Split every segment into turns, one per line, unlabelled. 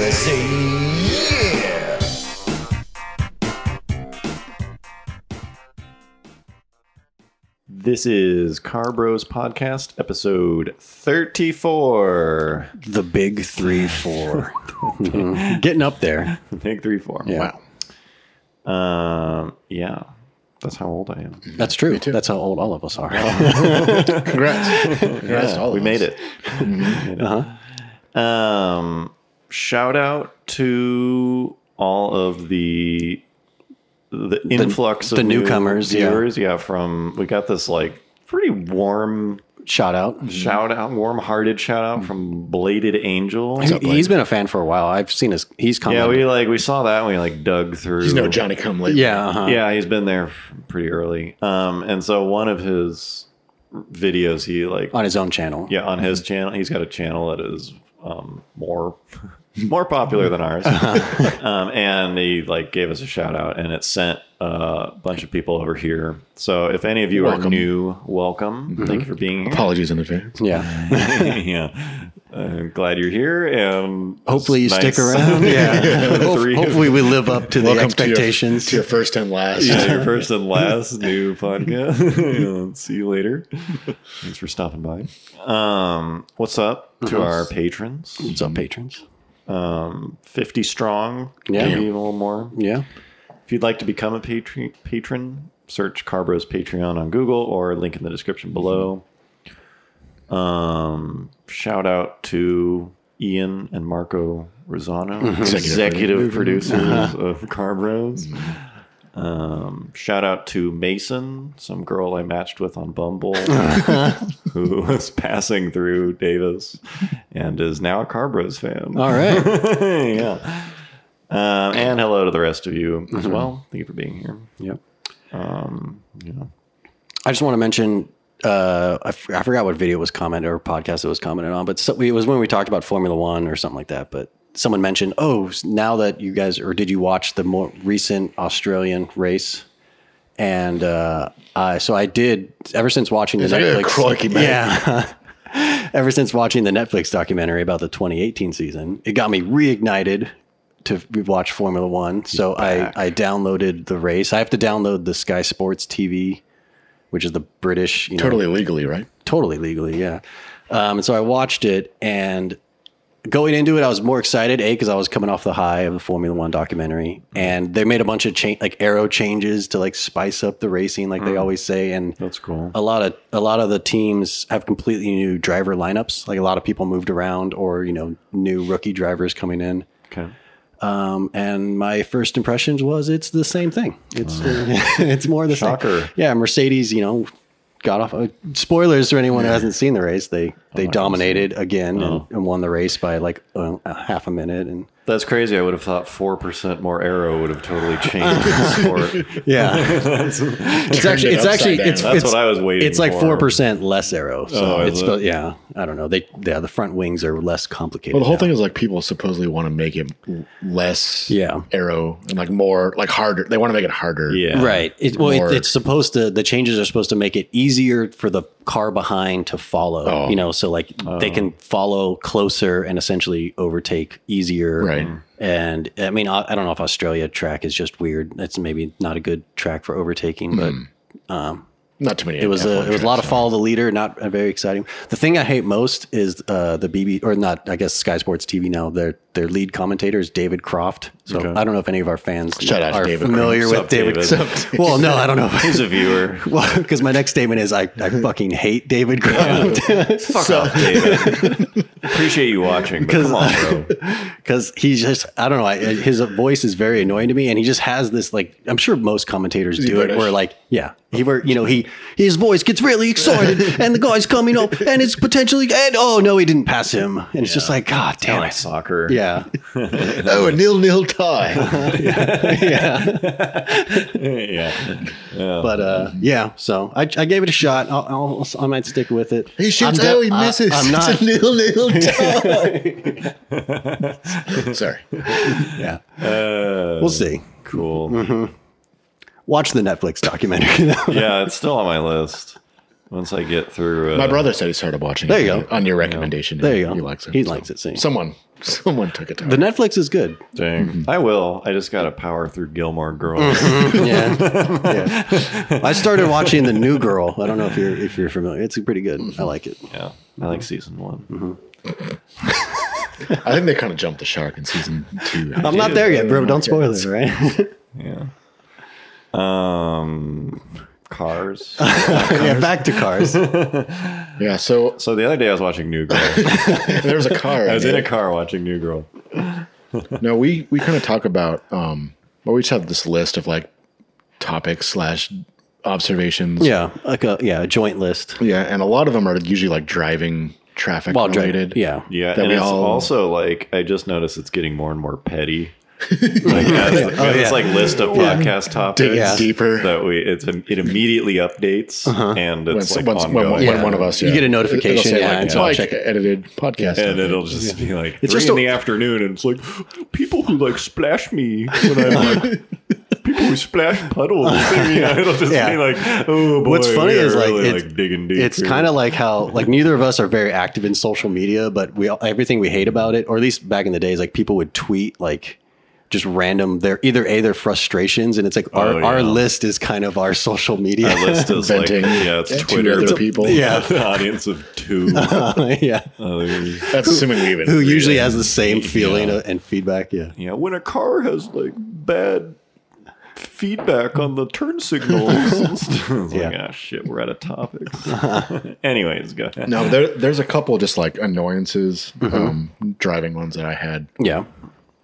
USA. Yeah!
This is Car Bros Podcast, episode 34.
The big three four. Mhm. Getting up there.
Big 34.
Yeah.
Wow. Um, yeah. That's how old I am.
That's true. That's how old all of us are.
Congrats. Congrats to all of
we
us.
made it. Uh-huh. Um, shout out to all of the the influx of
the
new
newcomers, yeah.
viewers. Yeah. from we got this like pretty warm
Shout out.
shout out, warm hearted shout out from Bladed Angel.
He, has been a fan for a while. I've seen his. He's coming.
yeah, we like we saw that and we like dug through.
He's no Johnny Come Lately.
Yeah. Uh-huh.
Yeah, he's been there f- pretty early. Um, and so one of his videos, he like
On his own channel.
yeah on his channel, he's got a channel that is um, more more popular than ours. um, and he like gave us a shout out, and it sent uh, a bunch of people over here. So if any of you are
Welcome.
new, welcome.
Mm-hmm.
Thank you for being here.
Apologies in advance.
Yeah.
yeah, uh, glad you're here, and
Hopefully you
it's
stick
nice.
around. Yeah.
The three of
Hopefully we live up to the
Welcome to your-
expectations.
To your first and last.
Yeah, your first and last new podcast. Yeah, See you later. Thanks for stopping by. Um, what's up to our patrons?
What's up, patrons?
Um, Fifty strong,
Yeah.
maybe a little more.
Yeah.
If you'd like to become a patron, patron, search Carbro's Patreon on Google or link in the description below. Um, shout out to Ian and Marco Rosano, executive producers of Carbros. Um, shout out to Mason, some girl I matched with on Bumble, who was passing through Davis and is now a Carbros fan.
All right.
yeah. Um, and hello to the rest of you as well. Thank you for being here.
yep.
Yeah.
I just want to mention. Uh, I, f- I forgot what video it was commented or podcast it was commented on, but so, it was when we talked about Formula One or something like that. But someone mentioned, oh, s- now that you guys or did you watch the more recent Australian race? And uh, I so I did ever since watching the
It's like a
Netflix.
crikey, man.
Yeah. ever since watching the Netflix documentary about the 2018 season, it got me reignited to watch Formula One. So I, I downloaded the race. I have to download the Sky Sports TV, which is the British, you know,
Totally legally, right?
totally legally, yeah. Um, and so I watched it, and going into it, I was more excited, a because I was coming off the high of the Formula One documentary,
Mm-hmm.
and they made a bunch of cha- like arrow changes to like spice up the racing, like they always say, and
Mm. That's cool.
a lot of a lot of the teams have completely new driver lineups. Like a lot of people moved around, or you know, new rookie drivers coming in.
Okay.
Um, and my first impressions was it's the same thing. It's it's more the
Shocker.
same. Yeah, Mercedes, you know, got off. Uh, spoilers for anyone who hasn't seen the race.
Oh,
They they dominated again and, and won the race by like uh, a half a minute. And
That's crazy. I would have thought 4% more arrow would have totally changed the sport.
yeah, it's actually
it
it's actually
upside
it's
down.
That's
it's-
what I was waiting
It's like
for.
four percent less arrow. So
Oh, is
it's
it?
still, yeah. I don't know. They yeah the front wings are less complicated.
Well, the whole
now.
thing is like people supposedly want to make it l- less
Yeah.
arrow and like more, like harder. They want to make it harder.
Yeah.
Right. It, well,
More-
it, it's supposed to. The changes are supposed to make it easier for the car behind to follow.
Oh.
You know, so like they can follow closer and essentially overtake easier.
Right.
And I mean, I, I don't know if Australia track is just weird. That's maybe not a good track for overtaking, but
Not too many.
it was a, it was a lot of follow the leader, not uh, very exciting. The thing I hate most is uh, the BB or not, I guess Sky Sports TV now. Their their lead commentator is David Croft. So
Okay.
I don't know if any of our fans
Shout out to
are
David
familiar
Croft.
with
Sup,
David.
David.
Sup,
Well, no, I don't know.
He's a viewer.
Well, because my next statement is I, I fucking hate David Croft
Fuck off, David. Appreciate you watching, but come on, bro.
because he's just I don't know I, his voice is very annoying to me and he just has this like I'm sure most commentators
he
do it
British?
where like yeah he were you know he his voice gets really excited and the guy's coming up and it's potentially and oh no he didn't pass him and it's just like God damn
Like
it
soccer.
yeah
Oh, a nil nil tie.
yeah.
Oh,
but uh yeah so I, I gave it a shot I'll, I'll, I might stick with it
He shoots.
I'm de-
oh, he
I-
misses.
I'm not
It's a nil nil tie. Sorry.
yeah
Uh,
we'll see
cool.
watch the Netflix documentary
Yeah, it's still on my list. Once I get through. Uh,
My brother said he started watching
There
it
you go.
on your recommendation.
There you go.
He likes it.
He
So,
likes it, see.
Someone Someone took it to
The Netflix is good.
Dang. I will. I just got to power through Gilmore Girls.
Yeah. yeah. I started watching The New Girl. I don't know if you're if you're familiar. It's pretty good. I like it.
yeah. I like season one.
I think they kind of jumped the shark in season two.
I'm not there yet, bro. Don't spoil it, right?
Yeah. Um, cars.
yeah, back to cars.
Yeah, so
so the other day I was watching New Girl.
there was a car.
I was in a car watching New Girl.
No, we we kind of talk about. um well, We just have this list of like topics slash observations.
Yeah, like a yeah, a joint list.
yeah, and a lot of them are usually like driving traffic
While dri-
related. Uh,
Yeah.
Yeah,
That
and
we
it's
all-
also like I just noticed it's getting more and more petty. like, as, as
Oh, yeah.
It's like list of podcast topics
digging deeper.
that we it's it immediately updates
Uh-huh.
and
When,
it's like
when- when-
ongoing.
when
Yeah.
one of us,
You
yeah.
get a
It'll say,
notification, yeah, and
like,
so I'll
like
check it.
edited podcast.
and it'll just be like three
just
in
a-
the afternoon, and it's like people who like splash me when
Uh-huh.
I'm like people who splash puddles. You know, it'll just
Yeah.
be like, oh boy.
What's funny
we are
is like,
really,
it's,
like digging deep.
It's kind of like how like neither of us are very active in social media, but we all, everything we hate about it, or at least back in the days, like people would tweet like just random their either a their frustrations, and it's like our,
Oh, yeah.
our list is kind of our social media.
list is like
venting
yeah,
to
it's Twitter
other people.
yeah.
An audience of two.
yeah,
others.
That's assuming we even
who
read
usually
it.
has the same feeling and feedback. Yeah,
Yeah, when a car has like bad feedback on the turn signals. it's like,
Yeah.
ah, shit, we're out of topics. Anyways, go ahead.
No, there, there's a couple just like annoyances,
Mm-hmm.
um, driving ones that I had.
yeah,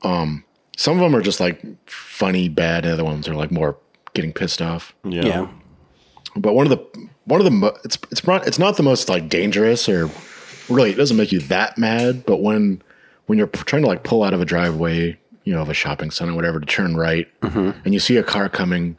Some of them are just like funny, bad. and Other ones are like more getting pissed off.
Yeah.
yeah.
But one of the one of the mo- it's it's not it's not the most like dangerous or really it doesn't make you that mad. But when when you're p- trying to like pull out of a driveway, you know, of a shopping center, or whatever, to turn right, and you see a car coming. and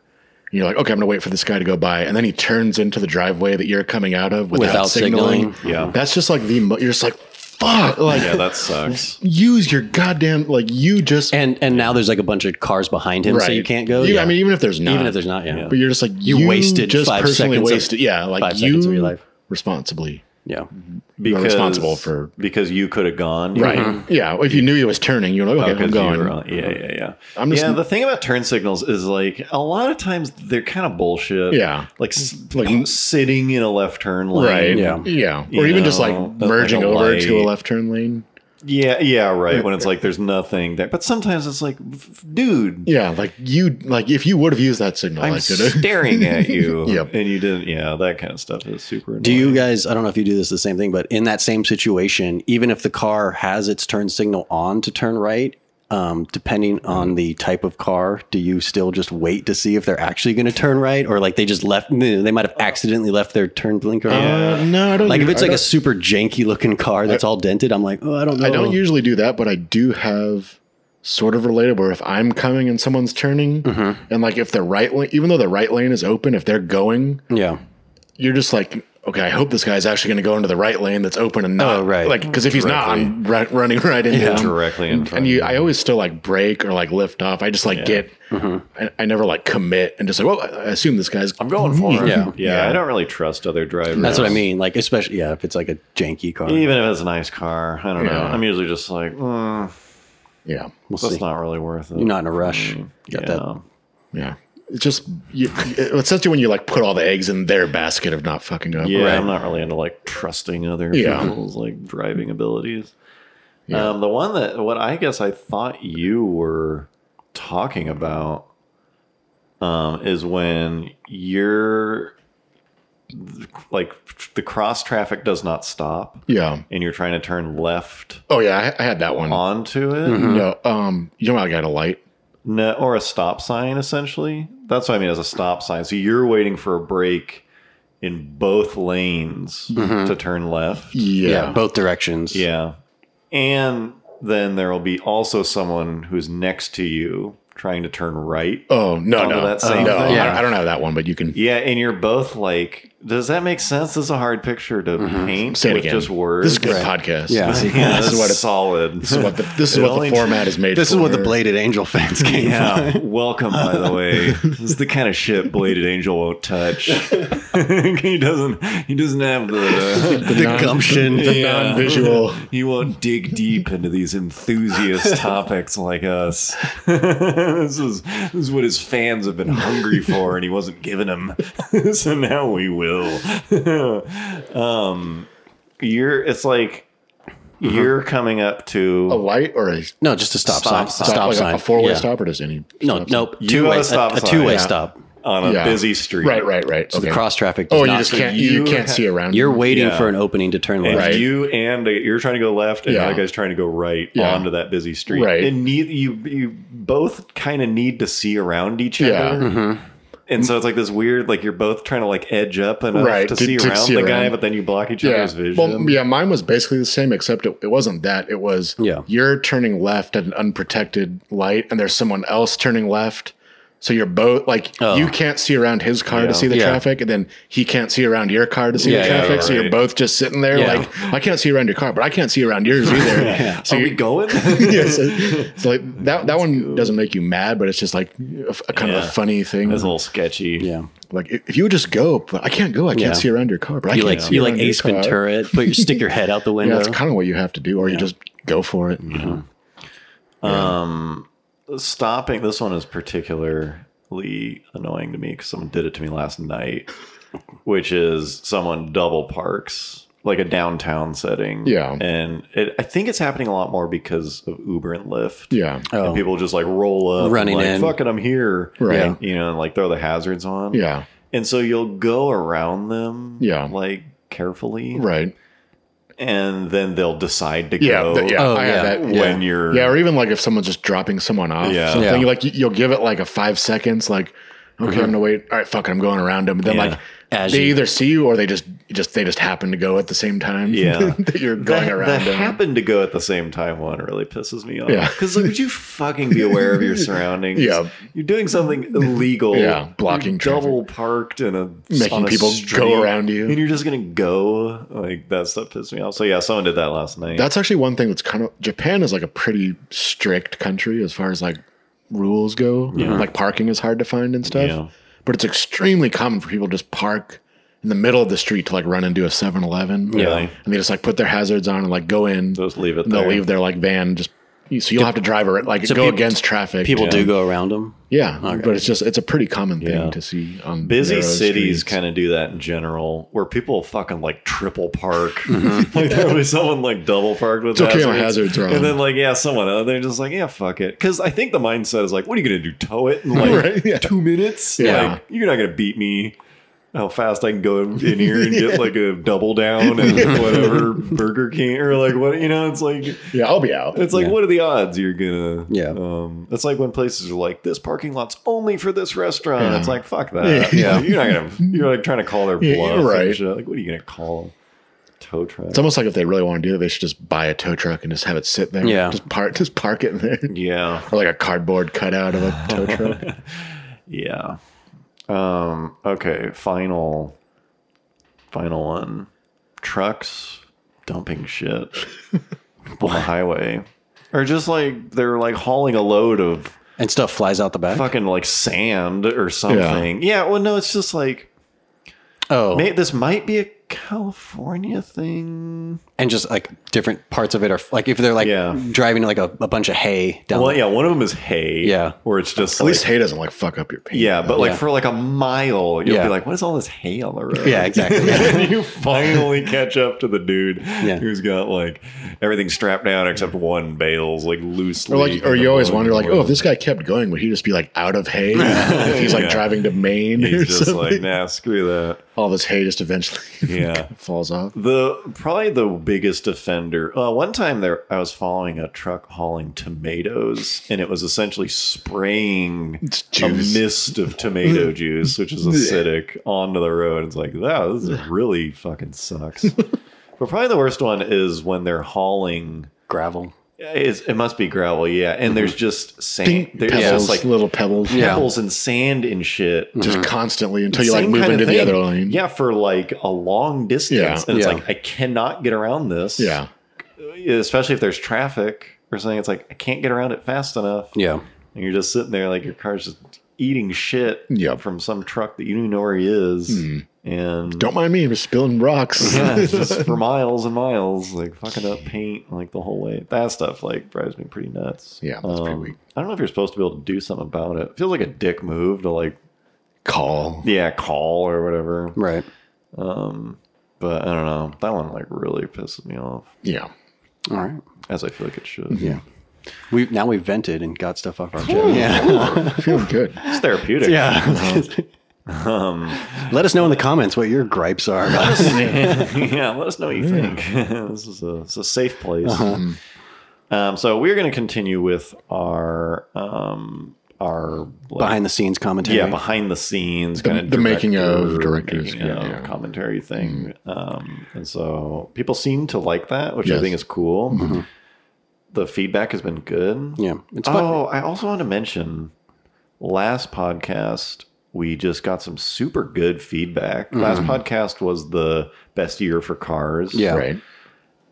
You're like, okay, I'm gonna wait for this guy to go by, and then he turns into the driveway that you're coming out of without,
Without
signaling.
signaling.
Yeah.
that's just like the mo- you're just like, fuck, like
Yeah, that sucks.
use your goddamn like you just
And and now there's like a bunch of cars behind him, so you can't go.
You-
yeah.
I mean, even if there's not,
even if there's not, yeah, yeah.
but you're just like you,
wasted
just
five
personally
seconds of-
wasted. yeah, like
five
you
seconds of your life.
responsibly. Mhm.
Because
responsible for-
because you could have gone.
Right.
Mm-hmm.
Yeah. If you knew he was turning, you're like, okay, I'm
Because Oh, you were
going.
on, yeah, yeah, yeah.
I'm just-
yeah, the thing about turn signals is like a lot of times they're kind of bullshit.
Yeah.
like s-
Like-
sitting in a left turn lane.
Right.
Yeah.
Yeah.
You
or even just
know,
like
like a
merging over
light.
to a left turn lane.
Yeah, yeah, right. When it's like there's nothing there, but sometimes it's like, f- dude,
Yeah. Like you, like if you would have used that signal,
I'm
like, uh,
staring at you.
Yep.
And you didn't. Yeah, that kind of stuff is super. Annoying.
Do you guys? I don't know if you do this the same thing, but in that same situation, even if the car has its turn signal on to turn right, um, depending on the type of car, do you still just wait to see if they're actually going to turn right, or like they just left? They might have accidentally left their turn blinker on.
uh, no, I don't.
Like if
u-
it's
I
like a
don't-
super janky looking car that's all dented, I'm like, oh, I don't know.
I don't usually do that, but I do have sort of related where if I'm coming and someone's turning,
Mm-hmm.
and like if the right lane, even though the right lane is open, if they're going,
Yeah,
you're just like, okay, I hope this guy's actually going to go into the right lane that's open and not
Oh, right.
like because if he's not, I'm ri- running right into him
directly in front?
And you, I always still like break or like lift off. I just like get, I, I never like commit and just like, well, I assume this guy's.
Mm-hmm. I'm going for it.
Yeah.
Yeah. I don't really trust other drivers.
that's what I mean. Like especially yeah, if it's like a janky car.
Even if it's a nice car, I don't know.
Yeah.
I'm usually just like, mm,
Yeah,
We'll
that's
see.
not really worth it.
You're not in a rush. Got
yeah.
that?
yeah. It's just you, it's such when you like put all the eggs in their basket of not fucking up.
Yeah,
Right.
I'm not really into like trusting other
Yeah.
people's like driving abilities. Um, the one that what I guess I thought you were talking about um, is when you're like the cross traffic does not stop
Yeah.
and you're trying to turn left
Oh yeah, I, I had that one.
onto it
No, um, you know how I got a light.
no, or a stop sign essentially that's what i mean as a stop sign so you're waiting for a break in both lanes to turn left
Yeah.
Yeah, both directions.
Yeah. And then there will be also someone who's next to you trying to turn right.
Oh no,
Onto
no,
that same
no.
thing.
I, I don't have that one, but you can.
Yeah, and you're both like Does that make sense? This is a hard picture to paint
Mm-hmm. Say it
with
again.
just words.
This is good podcast.
Yeah.
This is,
Yeah,
this is what it's,
solid.
this is what the, this is
It
what
only-
the format is made
This
for.
is what the bladed angel fans came from.
Yeah, welcome. By the way, this is the kind of shit Bladed Angel won't touch. he doesn't. He doesn't have the.
The gumption.
the non-visual.
He won't dig deep into these enthusiast topics like us. this is this is what his fans have been hungry for, and he wasn't giving them. so now we will. um, you're. It's like
Uh-huh.
you're coming up to.
A light or a
No, just a stop,
Stop
sign.
sign.
Stop,
like a-
sign.
a four-way
Yeah.
stop or does any
No,
stop sign?
nope.
You
Two
got
way
a stop
stop. A,
sign,
two way
yeah.
stop.
on a
Yeah.
busy street.
Right, right, right.
So
okay.
the cross traffic. Does
Oh, you
not-
just can't you,
you
can't
ha-
see around.
You're waiting
Yeah.
for an opening to turn
And
left.
Right.
you and a, you're trying to go left, and
Yeah.
the other guy's trying to go right
Yeah.
onto that busy street.
Right.
And need, you you both kind of need to see around each
Yeah. Mm-hmm.
other. And so it's like this weird, like you're both trying to like edge up enough
Right,
to,
to-
see
to
around
see
the guy,
around.
but then you block each
yeah.
other's vision.
Well, yeah, mine was basically the same, except it, it wasn't that. It was
Yeah.
you're turning left at an unprotected light, and there's someone else turning left. So you're both like
Oh.
you can't see around his car
Yeah.
to see the
Yeah.
traffic, and then he can't see around your car to see
Yeah,
the
yeah,
traffic. So
right.
you're both just sitting there
Yeah.
like I can't see around your car, but I can't see around yours either. So
Are we
you-
going?
yeah, so, so like that that one doesn't make you mad, but it's just like a, a kind of
Yeah.
a funny thing.
That's a little sketchy.
yeah.
Like if you would just go, but I can't go. I can't
Yeah.
see around your car. But I
You
can't
like
see
you
around
like
your
Ace
car.
Ventura it, but you stick your head out the
Yeah,
window.
that's kind of what you have to do, or you just go for it. You know?
Um, stopping this one is particularly annoying to me because someone did it to me last night which is someone double parks like a downtown setting
Yeah.
and it, i think it's happening a lot more because of uber and lyft
Yeah,
Oh.
and people just like roll up and,
Running
like,
in.
fuck it i'm here
Right. Yeah.
you know and like throw the hazards on
yeah,
and so you'll go around them
Yeah.
like carefully
right.
and then they'll decide to
Yeah,
go
th- yeah.
Oh,
I had
yeah.
that. Yeah.
when you're
yeah, or even like if someone's just dropping someone off,
Yeah.
something
Yeah.
like you- you'll give it like a five seconds, like okay, I'm gonna wait. All right, fuck it, I'm going around them. Then
Yeah.
like
As
they
you-
either see you or they just just they just happen to go at the same time.
Yeah.
that you're going
that,
around
that
them.
happened to go at the same time one really pisses me off.
Yeah.
Because like, would you fucking be aware of your surroundings?
Yeah.
You're doing something illegal.
Yeah, blocking
You're double parked in a
Making
on a
people go
street,
around you.
And you're just gonna go. Like that stuff pissed me off. So yeah, someone did that last night.
That's actually one thing that's kind of Japan is like a pretty strict country as far as like rules go. Like parking is hard to find and stuff.
Yeah.
But it's extremely common for people to just park in the middle of the street to like run into a 7-Eleven.
Yeah.
And they just like put their hazards on and like go in.
Just leave it
and they'll
there.
leave their like van just so you'll have to drive it like
So
go
peop-
against traffic.
people
yeah.
do go around them.
Yeah. But it's just it's a pretty common thing
Yeah.
to see on
Busy
narrow
cities
streets.
kind of do that in general, where people fucking like triple park. like there was someone like double parked with
Mm-hmm. It's okay, my hazards are on.
And then like yeah, someone else, they're just like yeah, fuck it. Because I think the mindset is like, what are you gonna do? Tow it in like
Right, yeah.
two minutes?
Yeah.
Like you're not gonna beat me. How fast I can go in here and get like a double down and whatever Burger King or like what you know? It's like
Yeah, I'll be out.
it's like, what are the odds you're gonna?
Yeah.
Um, it's like when places are like, this parking lot's only for this restaurant.
Yeah.
It's like, fuck that.
Yeah.
Like, you're not gonna. You're like trying to call their
Yeah,
bluff.
you're
and
right.
shit. Like, what are you gonna call? 'em? Tow truck.
It's almost like if they really want to do it, they should just buy a tow truck and just have it sit there.
Yeah.
Just park just park it in there.
yeah.
Or like a cardboard cutout of a tow truck.
Yeah. Um. Okay. Final. Final one. Trucks dumping shit on the highway, or just like they're like hauling a load of
And stuff flies out the back.
fucking like sand or something. yeah well, no, it's just like
Oh.
May, this might be a California thing.
and just like different parts of it are like if they're like
Yeah.
driving like a, a bunch of hay down.
Well, yeah, one of them is hay.
Yeah.
where it's just
At
like,
least hay doesn't like fuck up your paint.
yeah, but like
Yeah.
for like a mile, you'll
Yeah.
be like, "What is all this hay on the road?"
Yeah, exactly.
and you finally catch up to the dude
Yeah.
who's got like everything strapped down except one bales like loosely.
Or like or you always wonder like, oh, if this guy kept going, would he just be like out of hay? if he's like
Yeah.
driving to Maine or
He's just
something.
like, nah, screw that.
All this hay just
Yeah.
eventually falls off.
The probably the biggest offender. Uh, one time there, I was following a truck hauling tomatoes, and it was essentially spraying
It's
a
juice.
mist of tomato juice, which is acidic, onto the road. It's like, wow, this really fucking sucks. but probably the worst one is when they're hauling
gravel.
It's, it must be gravel, yeah. And there's just sand.
Ding,
There's just
pebbles,
like
little pebbles,
pebbles and sand and shit.
just constantly until you
Same
like move
kinda
into the
thing.
other lane.
Yeah, for like a long distance.
Yeah.
And it's
Yeah.
like, I cannot get around this.
yeah.
Especially if there's traffic or something. It's like, I can't get around it fast enough.
Yeah.
And you're just sitting there like your car's just eating shit
Yep. Hmm.
from some truck that you don't even know where he is. And
Don't mind me, I'm spilling rocks.
yeah, it's just for miles and miles, like fucking up paint like the whole way. That stuff like drives me pretty nuts. Um,
Yeah, that's pretty weak.
I don't know if you're supposed to be able to do something about it. Feels like a dick move to like
Call.
yeah call or whatever.
Right.
But I don't know. That one like really pisses me off,
Yeah.
All right.
as I feel like it should.
Yeah. We now we've vented and got stuff off our chest. Yeah.
Feeling good.
It's therapeutic.
Yeah.
Um,
Let us know in the comments what your gripes are. about us.
yeah, let us know what you think. this is a, it's a safe place.
Uh-huh.
Um, so we're going to continue with our um, our like,
Behind the scenes commentary.
yeah behind the scenes kind of
the making of directors,
making
yeah, Mm-hmm.
of
yeah.
commentary thing. Um, and so people seem to like that, which I
Yes. Mm-hmm.
think is cool. The feedback has been good.
Yeah. It's fun.
Oh, I also want to mention last podcast, we just got some super good feedback.
Mm-hmm.
Last podcast was the best year for cars.
Yeah.
Right.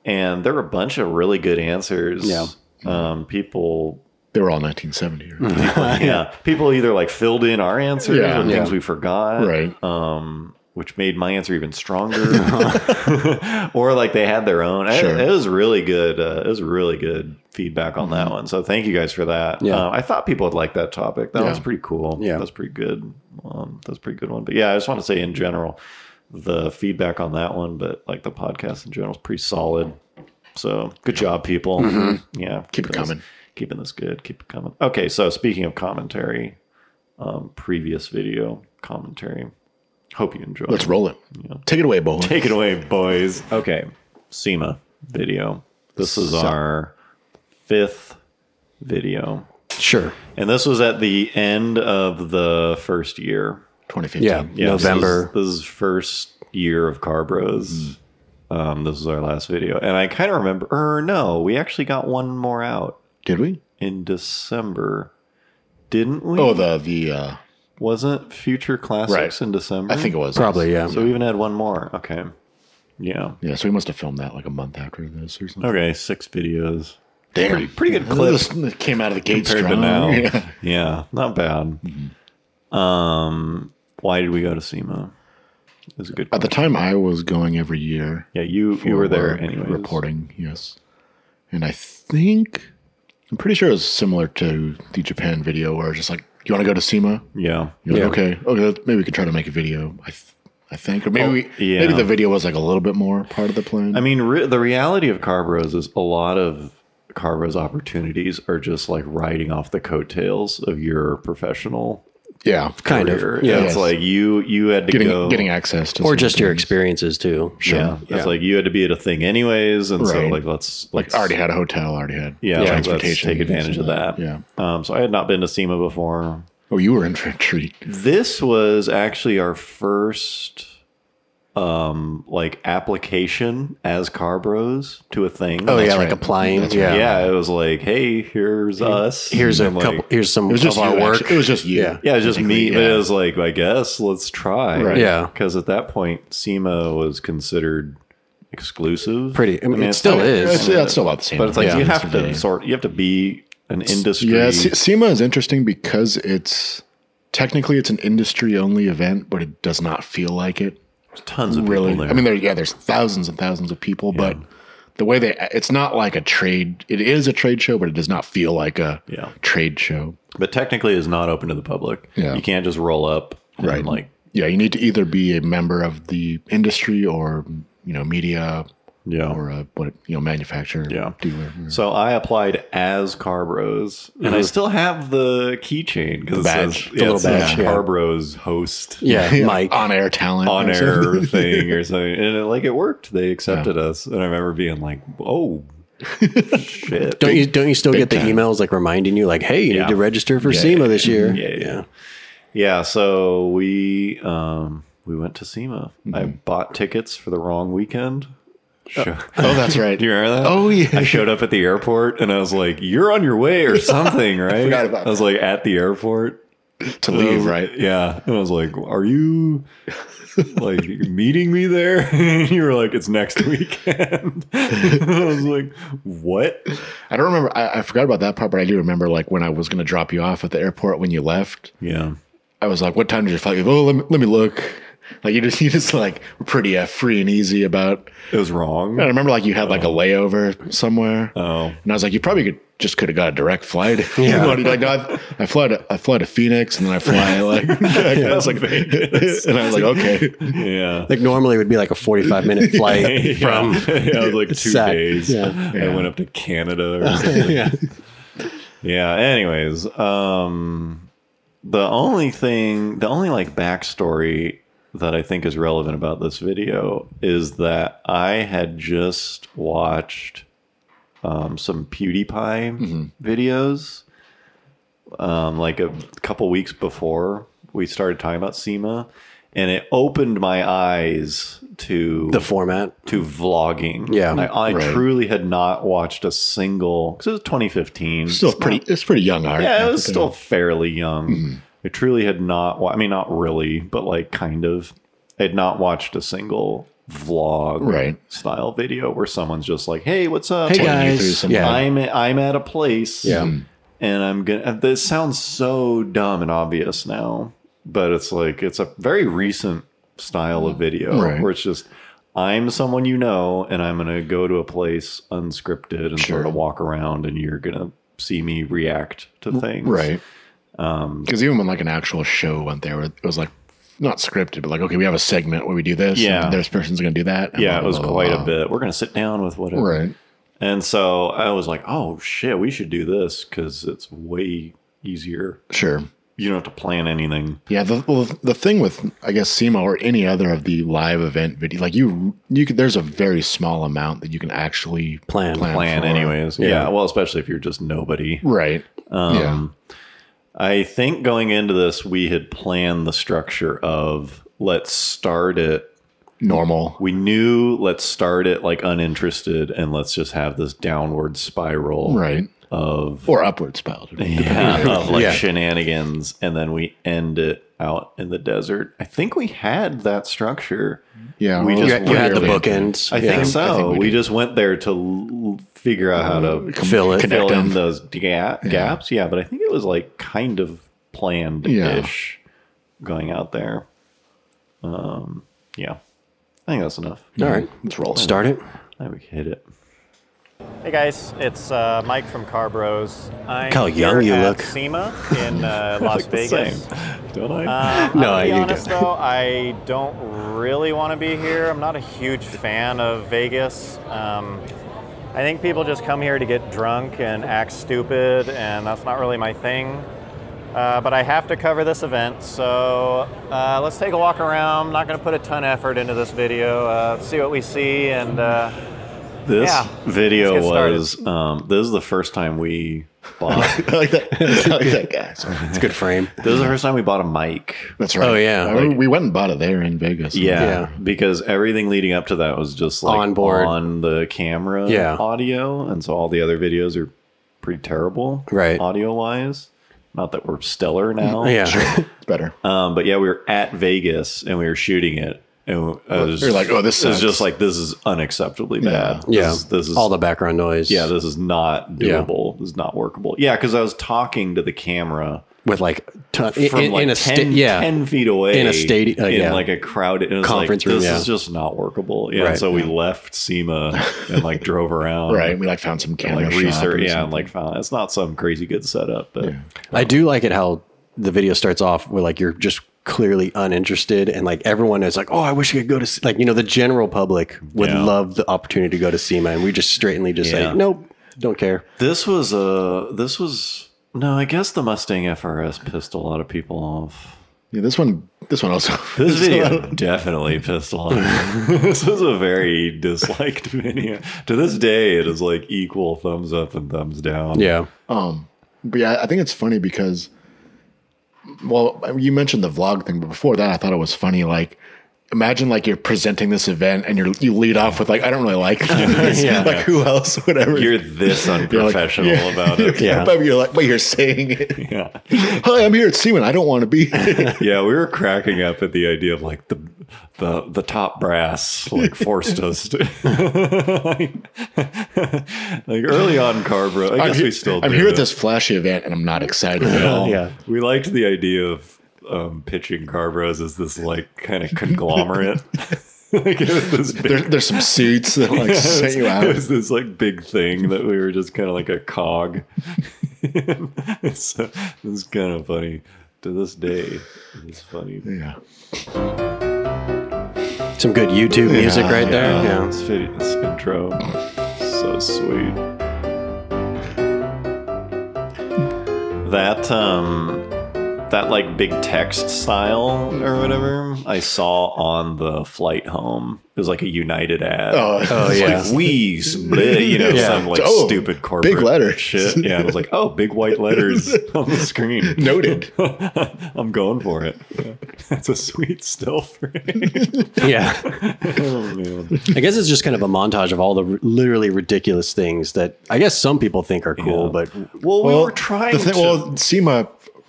And there were a bunch of really good answers.
Yeah.
Um, people,
They were all 1970. Right.
Mm-hmm. yeah, people either like filled in our answers
Yeah.
or things
Yeah.
we forgot.
Right.
Um, which made my answer even stronger, or like they had their own. It-
Sure.
It, was really good. Uh, it was really good feedback on that one. So thank you guys for that.
Yeah.
Um, I thought people would like that topic. That
Yeah.
was pretty cool.
Yeah.
that was pretty good. Um, that's a pretty good one. But yeah, I just want to say in general, the feedback on that one, but like the podcast in general is pretty solid. So good job, people. Yeah,
Mm-hmm. Keep it
keeping this-
coming.
Keeping this good. Keep it coming. Okay, so speaking of commentary, um, previous video commentary. Hope you enjoy.
Let's roll it. Take it away, boy.
Take it away, boys. Okay, SEMA video. This is our fifth video,
Sure.
and this was at the end of the first year.
2015.
Yeah.
this is-
November.
This is, first year of Car Bros.
Mm-hmm.
Um, this is our last video, and I kind of remember. Or no, we actually got one more out
Did we?
in December, didn't we?
Oh, the the. uh
wasn't Future Classics
Right.
in December.
I think it was
Probably, yeah.
So we even had one more. Okay. Yeah.
Yeah, so we must have filmed that like a month after this or something.
Okay, six videos.
Damn,
pretty- pretty good clip
clips. Came out of the gate
compared
strong.
to now.
Yeah. Mm-hmm.
Yeah. not bad. Um, why did we go to SEMA? It was a good.
At the time, I was going every year.
Yeah, you you were there
Uh, for
anyway.
Reporting, yes. And I think I'm pretty sure it was similar to the Japan video, where it's just like, you want to go to SEMA?
Yeah,
You're
Yeah.
like, okay, okay, maybe we could try to make a video. I, th- I think, or maybe we,
Oh, yeah.
maybe the video was like a little bit more part of the plan.
I mean, re- the reality of Carbros is a lot of Carbros opportunities are just like riding off the coattails of your professional
yeah,
Kind of.
career.
Yeah.
it's like you you had to
getting
go
getting access to
Or
some
just your
things.
experiences too.
Sure.
Yeah, it's like you had to be at a thing anyways, and so
Right.
like let's
like already had a hotel, already had
yeah, like, let's
transportation,
take
things like
advantage of that.
Yeah.
Um, so I had not been to SEMA before.
Oh, you were in for a treat.
This was actually our first um like application as Car Bros to a thing.
Oh yeah,
That's
like
right.
applying.
That's
yeah.
yeah. it was like, hey, here's us.
Here's a
And, like,
couple. Here's some
It was just
of
you,
our work.
actually. It was just you.
Yeah.
Yeah, it's just me.
Technically,
But
yeah.
it was like, I guess let's try.
Right.
Yeah.
Because at that point, SEMA was considered exclusive.
Pretty. I mean, it
it's
still
like-
is.
It's, yeah, it's still about the same.
But it's like
Yeah.
you have
Yeah.
to sort. You have to be an industry.
yeah, Se- SEMA is interesting because it's technically it's an industry only event, but it does not feel like it.
tons of
Really,
people there.
I mean, there yeah, there's thousands and thousands of people, but the way they it's not like a trade. It is a trade show, but it does not feel like a
Yeah.
trade show.
but technically, it's not open to the public.
Yeah.
You can't just roll up. And
Right.
Like
Yeah, you need to either be a member of the industry or you know media
yeah.
or a what you know manufacturer
Yeah.
dealer.
So I applied as Carbros, and I still have the keychain because it
badge.
says
The little
it says
badge, yeah.
Carbros host
yeah, Mike.
on air talent,
on
or something.
air thing or something, and it, like it worked. They accepted us, and I remember being like, "Oh shit!"
Don't you don't you still get the
time.
emails like reminding you like, hey, you
Yeah.
need to register for SEMA this year?
yeah, yeah, yeah. Yeah, so we um, we went to SEMA. I bought tickets for the wrong weekend. Show-
Mm-hmm. Oh, that's right.
Do you remember that?
Oh, yeah.
I showed up at the airport and I was like, "You're on your way" or something, right? I
forgot about
I was like at the airport.
to leave, right?
Yeah, and I was like, "Are you like meeting me there?" And you were like, "It's next weekend." I was like, "What?"
I don't remember. I, I forgot about that part, but I do remember like when I was going to drop you off at the airport when you left.
Yeah.
I was like, "What time did your flight leave?" Oh, let me, let me look. Like you just you just like were pretty uh, free and easy about.
It was wrong.
I remember like you had like a layover somewhere,
Oh,
and I was like, "You probably could just could have got a direct flight." Yeah. like no, I, I fly to I fly to Phoenix, and then I fly like I was like, and I was like, "Okay."
yeah.
Like normally it would be like a 45 minute flight from.
yeah, it was like two
Sac-
days.
yeah.
I went up to Canada or something.
yeah.
yeah. Anyways, um, the only thing, the only like backstory that I think is relevant about this video is that I had just watched um, some PewDiePie videos, um, like a couple weeks before we started talking about SEMA, and it opened my eyes to
The format.
to vlogging.
Yeah.
I, I
Right.
truly had not watched a single because it was 2015.
Still pretty. It's pretty young art.
yeah, it was still fairly young. I truly had not. Wa- I mean, not really, but like kind of. I had not watched a single vlog
Right.
style video where someone's just like, "Hey, what's up?
Hey
Taking you through
guys.
some
Yeah.
I'm I'm at a place.
Yeah.
And I'm gonna. This sounds so dumb and obvious now, but it's like it's a very recent style of video
Right.
where it's just I'm someone you know, and I'm gonna go to a place unscripted and
Sure.
sort of walk around, and you're gonna see me react to things.
right.
Um,
Because even when like an actual show went there, it was like not scripted, but like okay, we have a segment where we do this.
Yeah.
and this person's gonna do that. and
Yeah,
blah,
it was
blah, blah,
quite
blah.
a bit. We're gonna sit down with whatever.
Right.
And so I was like, oh shit, we should do this because it's way easier.
Sure.
You don't have to plan anything.
Yeah. The well, the thing with I guess SEMA or any other of the live event video, like you you could, there's a very small amount that you can actually
Plan.
Plan,
for.
anyways. Yeah. Well, especially if you're just nobody.
Right.
Um, I think going into this, we had planned the structure of let's start it.
yeah. Normal.
We knew let's start it like uninterested and let's just have this downward spiral
Right.
of
Or upward spelled.
yeah, of like
Yeah.
shenanigans, and then we end it out in the desert. I think we had that structure.
Yeah.
We
or
just-
You had the
literally.
bookends.
I
Yeah.
think so.
I think
we
we did.
just went there to l- figure out how to
Fill it.
Connect
fill in
them.
those ga- gaps. Yeah, but I think it was like kind of planned ish going out there. Um, yeah, I think that's enough.
All right.
Let's roll.
Start it.
I think we hit it.
Hey guys, it's uh, Mike from Car Bros. I'm
Look how
here
young you
at
look.
SEMA in uh, Las
Like the
Vegas.
same, don't I?
Um,
No,
I'll be
you don't.
honest though, I don't really want to be here. I'm not a huge fan of Vegas. Um, I think people just come here to get drunk and act stupid, and that's not really my thing. Uh, but I have to cover this event, so uh, let's take a walk around. I'm not going to put a ton of effort into this video. Uh, see what we see, and uh,
this
yeah.
video
Let's get started.
was. Um, this is the first time we bought.
I like that. I like that guy. Sorry.
It's a good frame.
this is the first time we bought a mic.
That's right.
Oh, yeah.
I remember we went and bought it there in Vegas.
Yeah,
Yeah.
because everything leading up to that was just like
On board.
on the camera
Yeah.
audio, and so all the other videos are pretty terrible,
Right. Mm,
Audio wise, not that we're stellar now,
Yeah.
It's better.
Um, but yeah, we were at Vegas and we were shooting it, and I was
You're like, oh, this
it was
sucks.
just like this is unacceptably bad. This
Yeah.
is- this is
all the background noise.
yeah, this is not
Yeah.
doable. This is not workable. Yeah, because I was talking to the camera
with like ton,
from
in,
like 10,
in a sta- yeah
10 feet away
In a stadi- uh,
in
yeah.
like a crowded and it was
Conference
like,
room,
This
yeah.
is just not workable. Yeah.
Right.
so we left SEMA and like drove around,
Right. We like found some
And,
camera
like
shop
research,
and
yeah,
something.
and like found it's not some crazy good setup, but
I do like it how the video starts off where like you're just clearly uninterested and like everyone is like, oh, I wish I could go to S-" like you know the general public would
Yeah.
love the opportunity to go to SEMA and we just straightly just
Yeah.
say nope, don't care.
this was a this was no, I guess the Mustang FRS pissed a lot of people off.
Yeah, this one, this one also.
This video definitely pissed a lot. of- this was a very disliked video. To this day, it is like equal thumbs up and thumbs down.
Yeah,
um, but yeah, I think it's funny because, well, you mentioned the vlog thing, but before that, I thought it was funny. Like, imagine like you're presenting this event and you're you lead off with like I don't really like this.
Yeah.
like who else, whatever.
You're this
You're like-
unprofessional
yeah.
about it.
Yeah,
Yeah.
but you're like, but you're saying it.
Yeah.
Hi, I'm here at Seaman. I don't want to be. here."
Yeah, we were cracking up at the idea of like the the the top brass like forced us to like early on Carbro. I
I'm
guess
here,
we still
I'm
do
here
it.
at this flashy event and I'm not excited at all.
Yeah.
We liked the idea of um, pitching Carbros as this like kind of conglomerate. like it was this big
There, there's some suits that like
it
set
was-
you
It
out.
was this like big thing that we were just kind of like a cog. so it's kind of funny to this day. It's funny.
Yeah.
Some good YouTube music
Yeah,
right
Yeah,
there. Yeah.
This, video, this intro, so sweet. That um, that like big text style or whatever I saw on the flight home. It was like a United ad.
Oh,
Oh,
It's
yeah.
like we, bleh, you know,
Yeah.
some like
Oh,
stupid corporate
big letters.
shit. Yeah, it was like, oh, big white letters on the screen.
Noted.
I'm going for it. That's a sweet still frame.
yeah.
oh man.
I guess it's just kind of a montage of all the r- literally ridiculous things that I guess some people think are cool,
Yeah.
but
Well, we were trying
the thing-
to.
Well, SEMA,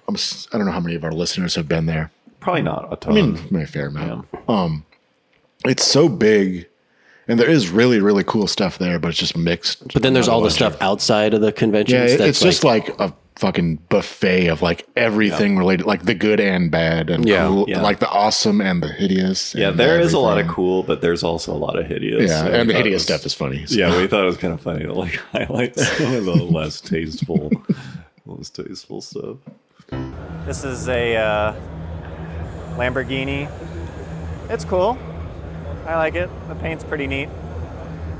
I'm, s- I don't know how many of our listeners have been there.
probably not a ton.
I mean, a fair amount. Um, it's so big, and there is really, really cool stuff there, but it's just mixed.
but then there's
Not a
all the
bunch
stuff
of-
outside of the
Yeah,
conventions.
it-
that's
it's just like a fucking buffet of like everything related, like the good and bad, and
Yeah.
cool,
Yeah.
like the awesome and the hideous.
yeah,
and
there is a lot of
everything.
cool, but there's also a lot of hideous.
Yeah,
So we
and the
thought it
hideous
was-
stuff is funny. so.
Yeah, we thought it was kind of funny to like highlight some of the less tasteful, less tasteful stuff.
This is a uh, Lamborghini. It's cool. I like it. The paint's pretty neat.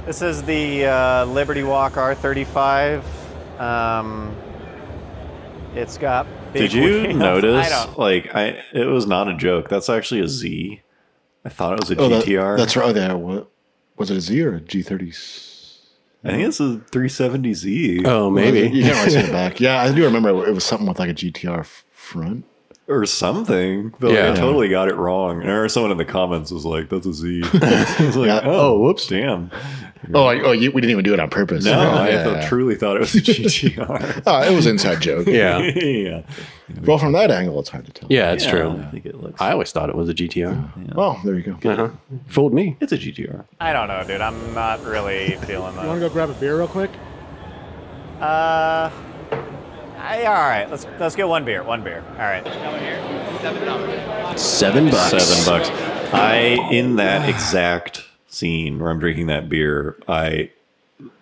This is the uh, Liberty Walk R35. Um, it's got. Big
Did you
wheels.
notice?
I don't.
Like, I it was not a joke. That's actually a Z. I thought it was a
Oh, that-
GTR.
that's right. Oh, yeah. What was it? A Z or a G thirty?
I think it's a 370Z
Um,
oh maybe
you can't really see the back. Yeah, I do remember it was something with like a GTR f- front.
or something. But like,
Yeah.
I totally got it wrong. And I remember someone in the comments was like, "That's a Z." I was like,
Yeah.
"Oh, whoops, damn."
Oh, like, oh, you, we didn't even do it on purpose.
No, I
Yeah.
thought- truly thought it was a GTR.
Oh, it was an inside joke.
yeah
yeah,
Well, from that angle, it's hard to tell.
yeah it's
Yeah,
true.
I think it looks.
I always thought it was a GTR.
Well, there you go.
Uh-huh. Fooled me.
it's a GTR.
I don't know, dude. I'm not really feeling
You want
that.
to go grab a beer real quick?
Uh, I, all right. Let's let's get one beer. One beer. All right.
Seven bucks.
Seven bucks. I in that exact scene where I'm drinking that beer, I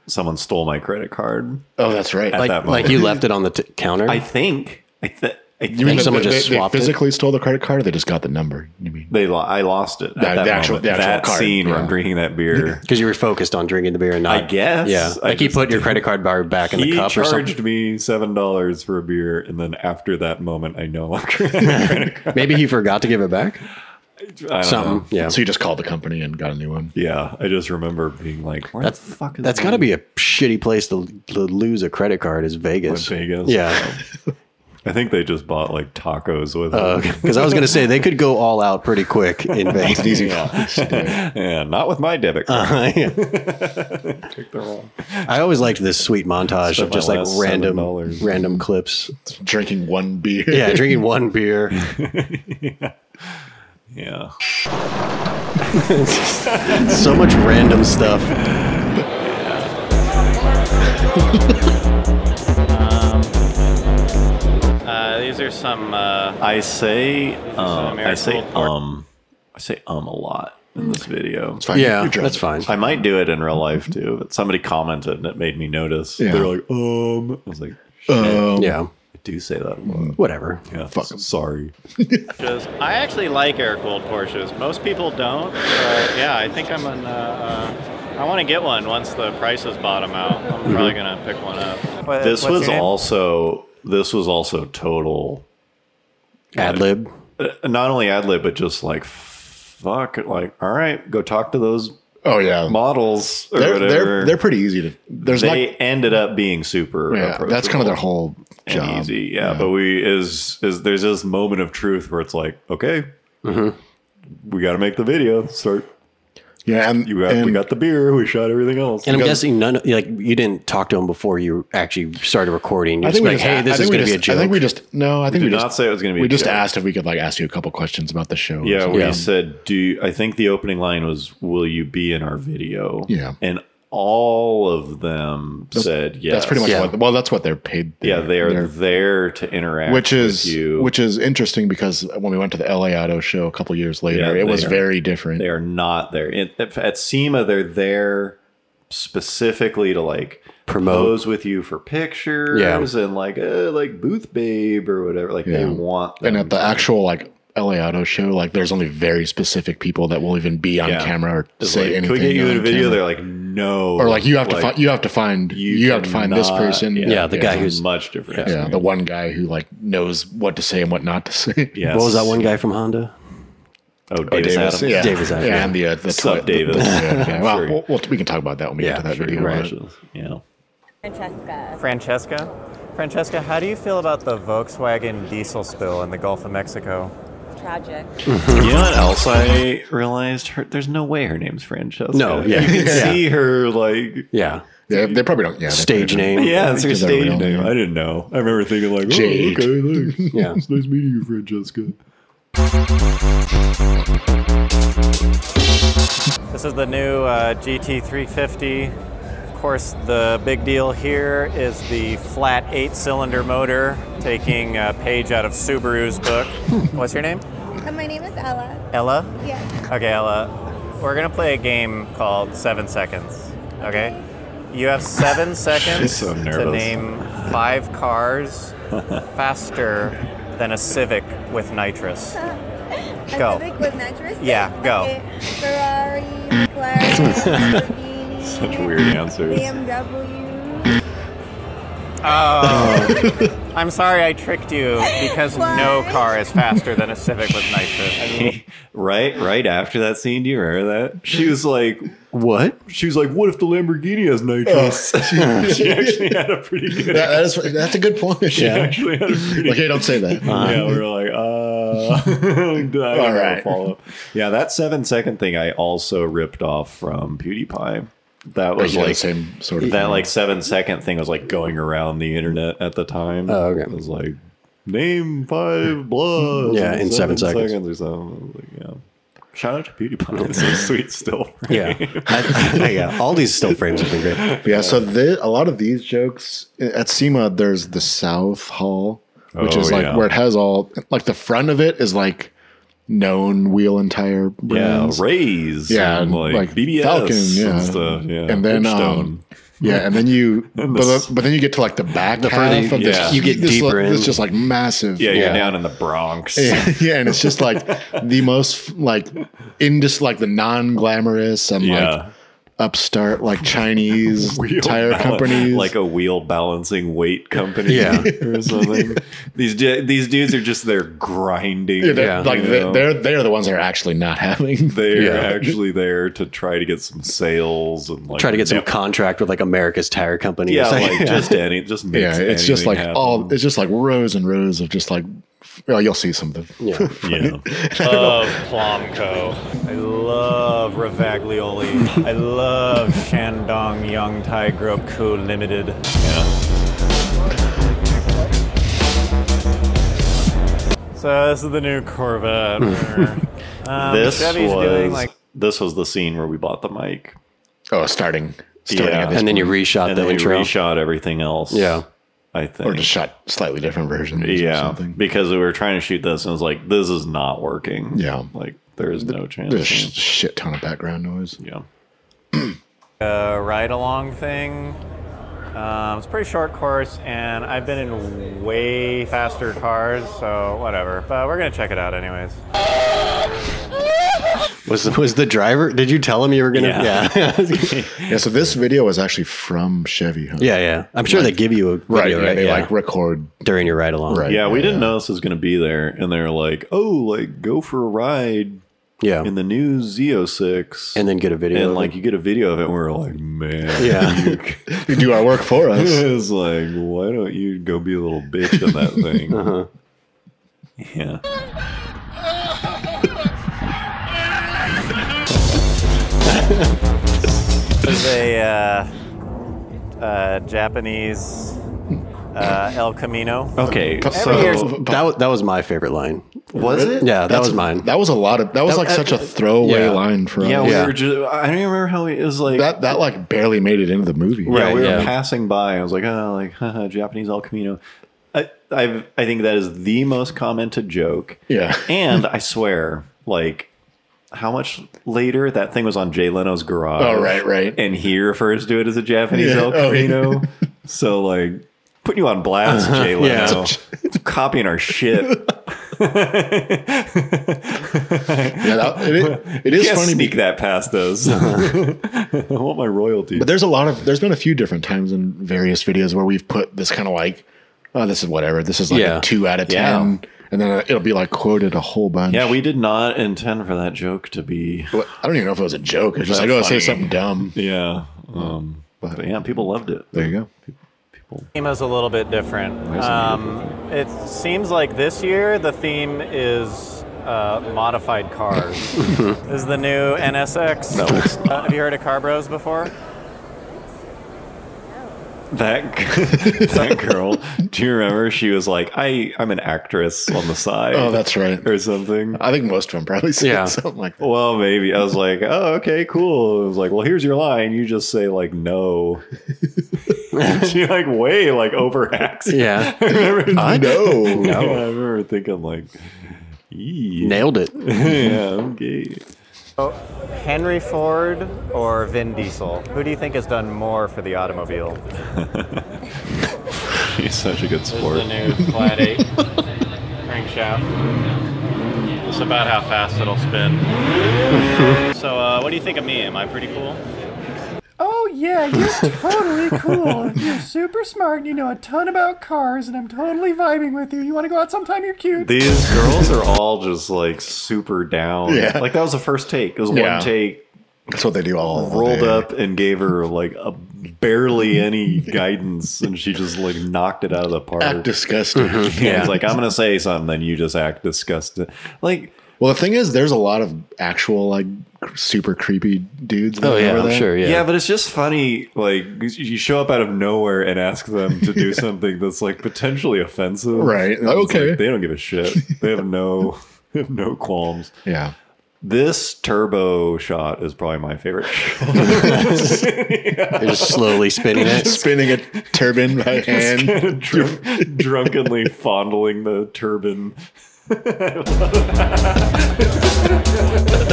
someone stole my credit card.
Oh, that's right.
Like- that
Like, like
moment.
you left it on the t- counter.
I think. I, th- I think
you mean
like
that
someone
they,
just
they, they
swapped it?
physically stole the credit card, or they just got the number? You mean?
they. Lo- I lost it. at
The- the
that
actual-
moment.
the actual
that
card,
scene where
yeah.
I'm drinking that beer.
because you were focused on drinking the beer and not.
I guess.
Yeah.
I
Like you
just
put your
did.
credit card bar back in
He
the cup or something.
charged me seven dollars for a beer, and then after that moment, I no longer had a credit card.
Maybe he forgot to give it back.
I don't know.
Something. Yeah.
So you just called the company and got a new one.
Yeah, I just remember being like, "Where the fuck is
That's got to be a shitty place to, to lose a credit card. Is Vegas?
Las Vegas?
Yeah,
I think they just bought like tacos with it.
because I was gonna say they could go all out pretty quick in
It's an
Vegas.
easy. Yeah.
Yeah, not with my debit
Uh.
card.
Yeah. I always liked this sweet montage
Spent
of just
my
like
last
random
$7.
random clips.
Drinking one beer.
Yeah, drinking one beer.
Yeah.
So much random stuff.
Uh, these are some. Uh,
I say, um, I say,
American Gold
um, I say, um, a lot in this video.
It's fine.
Yeah,
You're drunk.
that's fine.
I might do it in real life too, but somebody commented and it made me notice.
Yeah.
They're like, um, I was like, shit,
Um,
Yeah,
I do say that. A lot.
whatever.
Yeah,
Fuck 'em.
sorry.
Porsches. I actually like air cooled Porsches. Most people don't. But yeah, I think I'm an. Uh, uh, I want to get one once the prices bottom out. I'm probably gonna pick one up.
Mm-hmm. This was also this was also total.
Ad lib.
uh, Not only ad lib, but just like, fuck. it, Like, all right, go talk to those
Oh yeah.
models or
They're,
whatever.
they're they're pretty easy to. There's
they
like
ended up being super.
yeah. That's kind
approachable.
of their whole
and
job.
easy. Yeah, but we is is there's this moment of truth where it's like, okay, we got to make the video. Start.
Yeah, and,
You got, we
and-
got the beer. We shot everything else.
And I'm
Because-
guessing none, like you didn't talk to him before you actually started recording. You're
I
just
think we
like,
just,
hey, this
I
is
think we
going to be a
just-
joke.
I think we just no. I think we,
did
just
not say it was gonna be
We
a
just
joke.
asked if we could like ask you a couple questions about the show. or
Yeah,
something.
we
Yeah.
said, "Do you, I think the opening line was, will you be in our video?"
Yeah.
and all of them said yes.
that's pretty much
Yeah.
what. Well, that's what they're paid.
Yeah, they are
they're-
there to interact,
which is
with you.
which is interesting because when we went to the LA Auto Show a couple years
Yeah,
later,
they
it was
are-
very different.
they are not there In- at at SEMA. They're there specifically to like
Promote.
pose with you for pictures
Yeah.
and like uh, like booth babe or whatever. Like they
Yeah.
want
and
them
at the actual like LA Auto Show, like there's only very specific people that will even be on
Yeah.
camera or
It's
say
like,
anything.
Can we get you in
on
a video?
camera.
They're like, no.
or like you have to find you have to find
you
you, have to find this
cannot-
person.
yeah.
yeah, the guy who's
much different.
yeah, the one guy who like knows what to say and what not to say.
Yes.
what was that one guy from Honda?
Oh, Davis,
Oh, Davis,
Adams.
yeah.
Davis
yeah,
Adams, yeah.
and the uh, the
Sup,
the-
Davis.
the- yeah, yeah. Well,
Sure.
we'll- we'll- we can talk about that when we get to that
sure,
video.
right.
but-
Yeah.
Francesca.
Francesca? Francesca, how do you feel about the Volkswagen diesel spill in the Gulf of Mexico?
It's tragic.
You know what else I realized? Her, there's no way her name's Francesca.
No, yeah.
You can
Yeah.
see her like.
Yeah,
Yeah, they probably don't. Yeah, they
stage
probably
name.
Yeah, it's her
Because her
stage
real
name.
name.
I didn't know. I remember thinking like,
Jade.
oh, okay, thanks.
Yeah.
it's nice meeting you, Francesca.
This is the new uh, GT350. Of course, the big deal here is the flat eight cylinder motor, taking a page out of Subaru's book. What's your name?
Uh, my name is Ella.
Ella?
Yes.
Okay, Ella, we're gonna play a game called Seven Seconds. Okay, you have seven seconds
so
to
nervous.
name five cars faster than a Civic with nitrous.
A
Go.
Civic with nitrous?
Yeah, go.
Okay. Ferrari, McLaren, Lamborghini,
Such weird answers.
BMW.
Oh, I'm sorry I tricked you because no
Why?
car is faster than a Civic with nitrous.
right, right after that scene, do you remember that? She was like,
What?
she was like, what if the Lamborghini has nitrous? she actually had a pretty good.
That- that is, that's a good point. Yeah.
Actually had a pretty
okay, don't say that.
yeah, we were like, uh, all right.
right.
Follow. Yeah, that seven second thing I also ripped off from PewDiePie. That was
Basically the
like
same sort of
that
thing.
like seven second thing was like going around the internet at the time.
Oh, okay.
It was like name five blood.
Yeah, in seven seconds.
or something. I was like, yeah. Shout out to PewDiePie. It's so sweet still.
Yeah, I- I- yeah. All these still frames have been great.
yeah.
uh,
So the, a lot of these jokes at SEMA, there's the South Hall, which
Oh,
is like
yeah.
where it has all like the front of it is like known wheel and tire
Yeah,
brands.
Rays.
Yeah,
and, like,
like,
BBS
Falcon, yeah.
and stuff. Yeah,
And then,
Bridgestone.
um, yeah, and then you, but,
s-
but then you get to like the back half
further you-
of this.
yeah.
you get
this,
deeper
like,
in.
It's just like massive.
yeah, you're
yeah.
down in the Bronx.
yeah, yeah, and it's just like the most like in just like the non-glamorous and like
Yeah.
upstart like Chinese
wheel
tire
bal-
companies.
like a wheel balancing weight company,
Yeah.
or something. These du- these dudes are just there grinding.
yeah, they're,
yeah,
like
you
they-
know.
they're they're the ones that are actually not having.
They're
Yeah.
actually there to try to get some sales and like
Try to get some
nip-
contract with like America's Tire Company. or
yeah,
something.
like just any, just makes
yeah, it's just
anything
like
happen.
all it's just like rows and rows of just like f- oh, you'll see some of the
Yeah.
Yeah.
Love Plomco. I love Ravaglioli. I love Shandong Young Thai Group Co Limited. So this is the new Corvette. um,
this
Chevy's
was
doing like
this was the scene where we bought the mic,
oh starting starting
Yeah.
at this
and then you reshot
and
the
then we
intro.
reshot everything else.
Yeah.
I think
or just shot slightly different versions. or
yeah,
something.
because we were trying to shoot this and it was like, this is not working.
Yeah.
like there is no chance.
There's a sh- shit ton of background noise.
yeah.
a ride along thing. Um, it's a pretty short course, and I've been in way faster cars, so whatever. But we're gonna check it out anyways.
Was was the driver? Did you tell him you were gonna?
Yeah.
yeah,
Yeah, so this video was actually from Chevy. Huh?
yeah. yeah. I'm sure they give you a video,
Right,
right?
yeah, they
Yeah.
like record
during your ride along.
Right.
Yeah, we
Yeah,
didn't
yeah.
know this was going to be there, and they're like, "Oh, like go for a ride
Yeah.
in the new Z06,
and then get a video.
and
of
like
it.
you get a video of it." and We're like, "Man,
yeah.
You do our work for us.
it's like why don't you go be a little bitch in that thing?" Yeah,
There's a uh, uh, Japanese uh, El Camino.
Okay,
Every year's-
so
That was, that was my favorite line.
was it?
Yeah, that
That's-
was mine.
That was a lot of. That was
That-
like such a throwaway
yeah.
line for
Yeah,
us.
we
Yeah.
were just. I don't even remember how it was like.
That that like barely made it into the movie.
yeah,
Right,
we were
yeah.
passing by. I was like, oh, like haha, Japanese El Camino. I, I've, I think that is the most commented joke.
Yeah.
and I swear, like, how much later that thing was on Jay Leno's garage.
Oh, right, right.
And he refers to it as a Japanese
Yeah,
El
oh, yeah. Uh-huh.
Camino. so like, putting you on blast, Jay Leno. It's copying our shit.
Yeah, that- it is- it is
Can't
funny.
sneak
be-
that past us. I want my royalty.
But there's a lot of. There's been a few different times in various videos where we've put this kind of like, oh, this is whatever. This is like
Yeah.
a two out of
Yeah.
ten, and then it'll be like quoted a whole bunch.
yeah, we did not intend for that joke to be.
But I don't even know if it was a joke. It's just
that
like, oh, say
funny?
something dumb.
Yeah. Um, but yeah, people loved it.
There you go.
People.
theme is a little bit different.
is it
Um, it seems like this year the theme is uh, modified cars. this is the new NSX.
No, it's
Uh, have you heard of Car Bros before?
That g- that girl. Do you remember? She was like, "I I'm an actress on the side."
Oh, that's right.
or something.
I think most of them probably said
Yeah.
something like that.
Well, maybe I was like, "Oh, okay, cool." I was like, "Well, here's your line. You just say like no." she like way like overacts.
yeah,
I remember,
I know.
Yeah, I remember thinking like, "Ee,
nailed it.
yeah, I'm gay."
Oh, Henry Ford or Vin Diesel? Who do you think has done more for the automobile?
He's such a good sport.
new flat eight crankshaft. It's about how fast it'll spin. so, uh, what do you think of me? Am I pretty cool?
Oh yeah, you're totally cool. You're super smart and you know a ton about cars and I'm totally vibing with you. You want to go out sometime? You're cute.
These girls are all just like super down.
Yeah.
Like that was the first take. It was
Yeah.
one take,
That's what they do all
rolled
day.
up and gave her like a barely any guidance and she just like knocked it out of the park.
Act disgusted.
yeah. It's like I'm gonna say something, then you just act disgusted. Like
Well, the thing is, there's a lot of actual like cr- super creepy dudes. that
Oh yeah,
are
I'm
there.
sure.
yeah.
Yeah,
but it's just funny. Like you show up out of nowhere and ask them to do something that's like potentially offensive.
Right.
And it's
Okay.
like, they don't give a shit. They have no, they have no qualms.
Yeah.
This turbo shot is probably my favorite.
they're just slowly spinning it.
Spinning a turban by hand.
Drunk, drunkenly fondling the turban.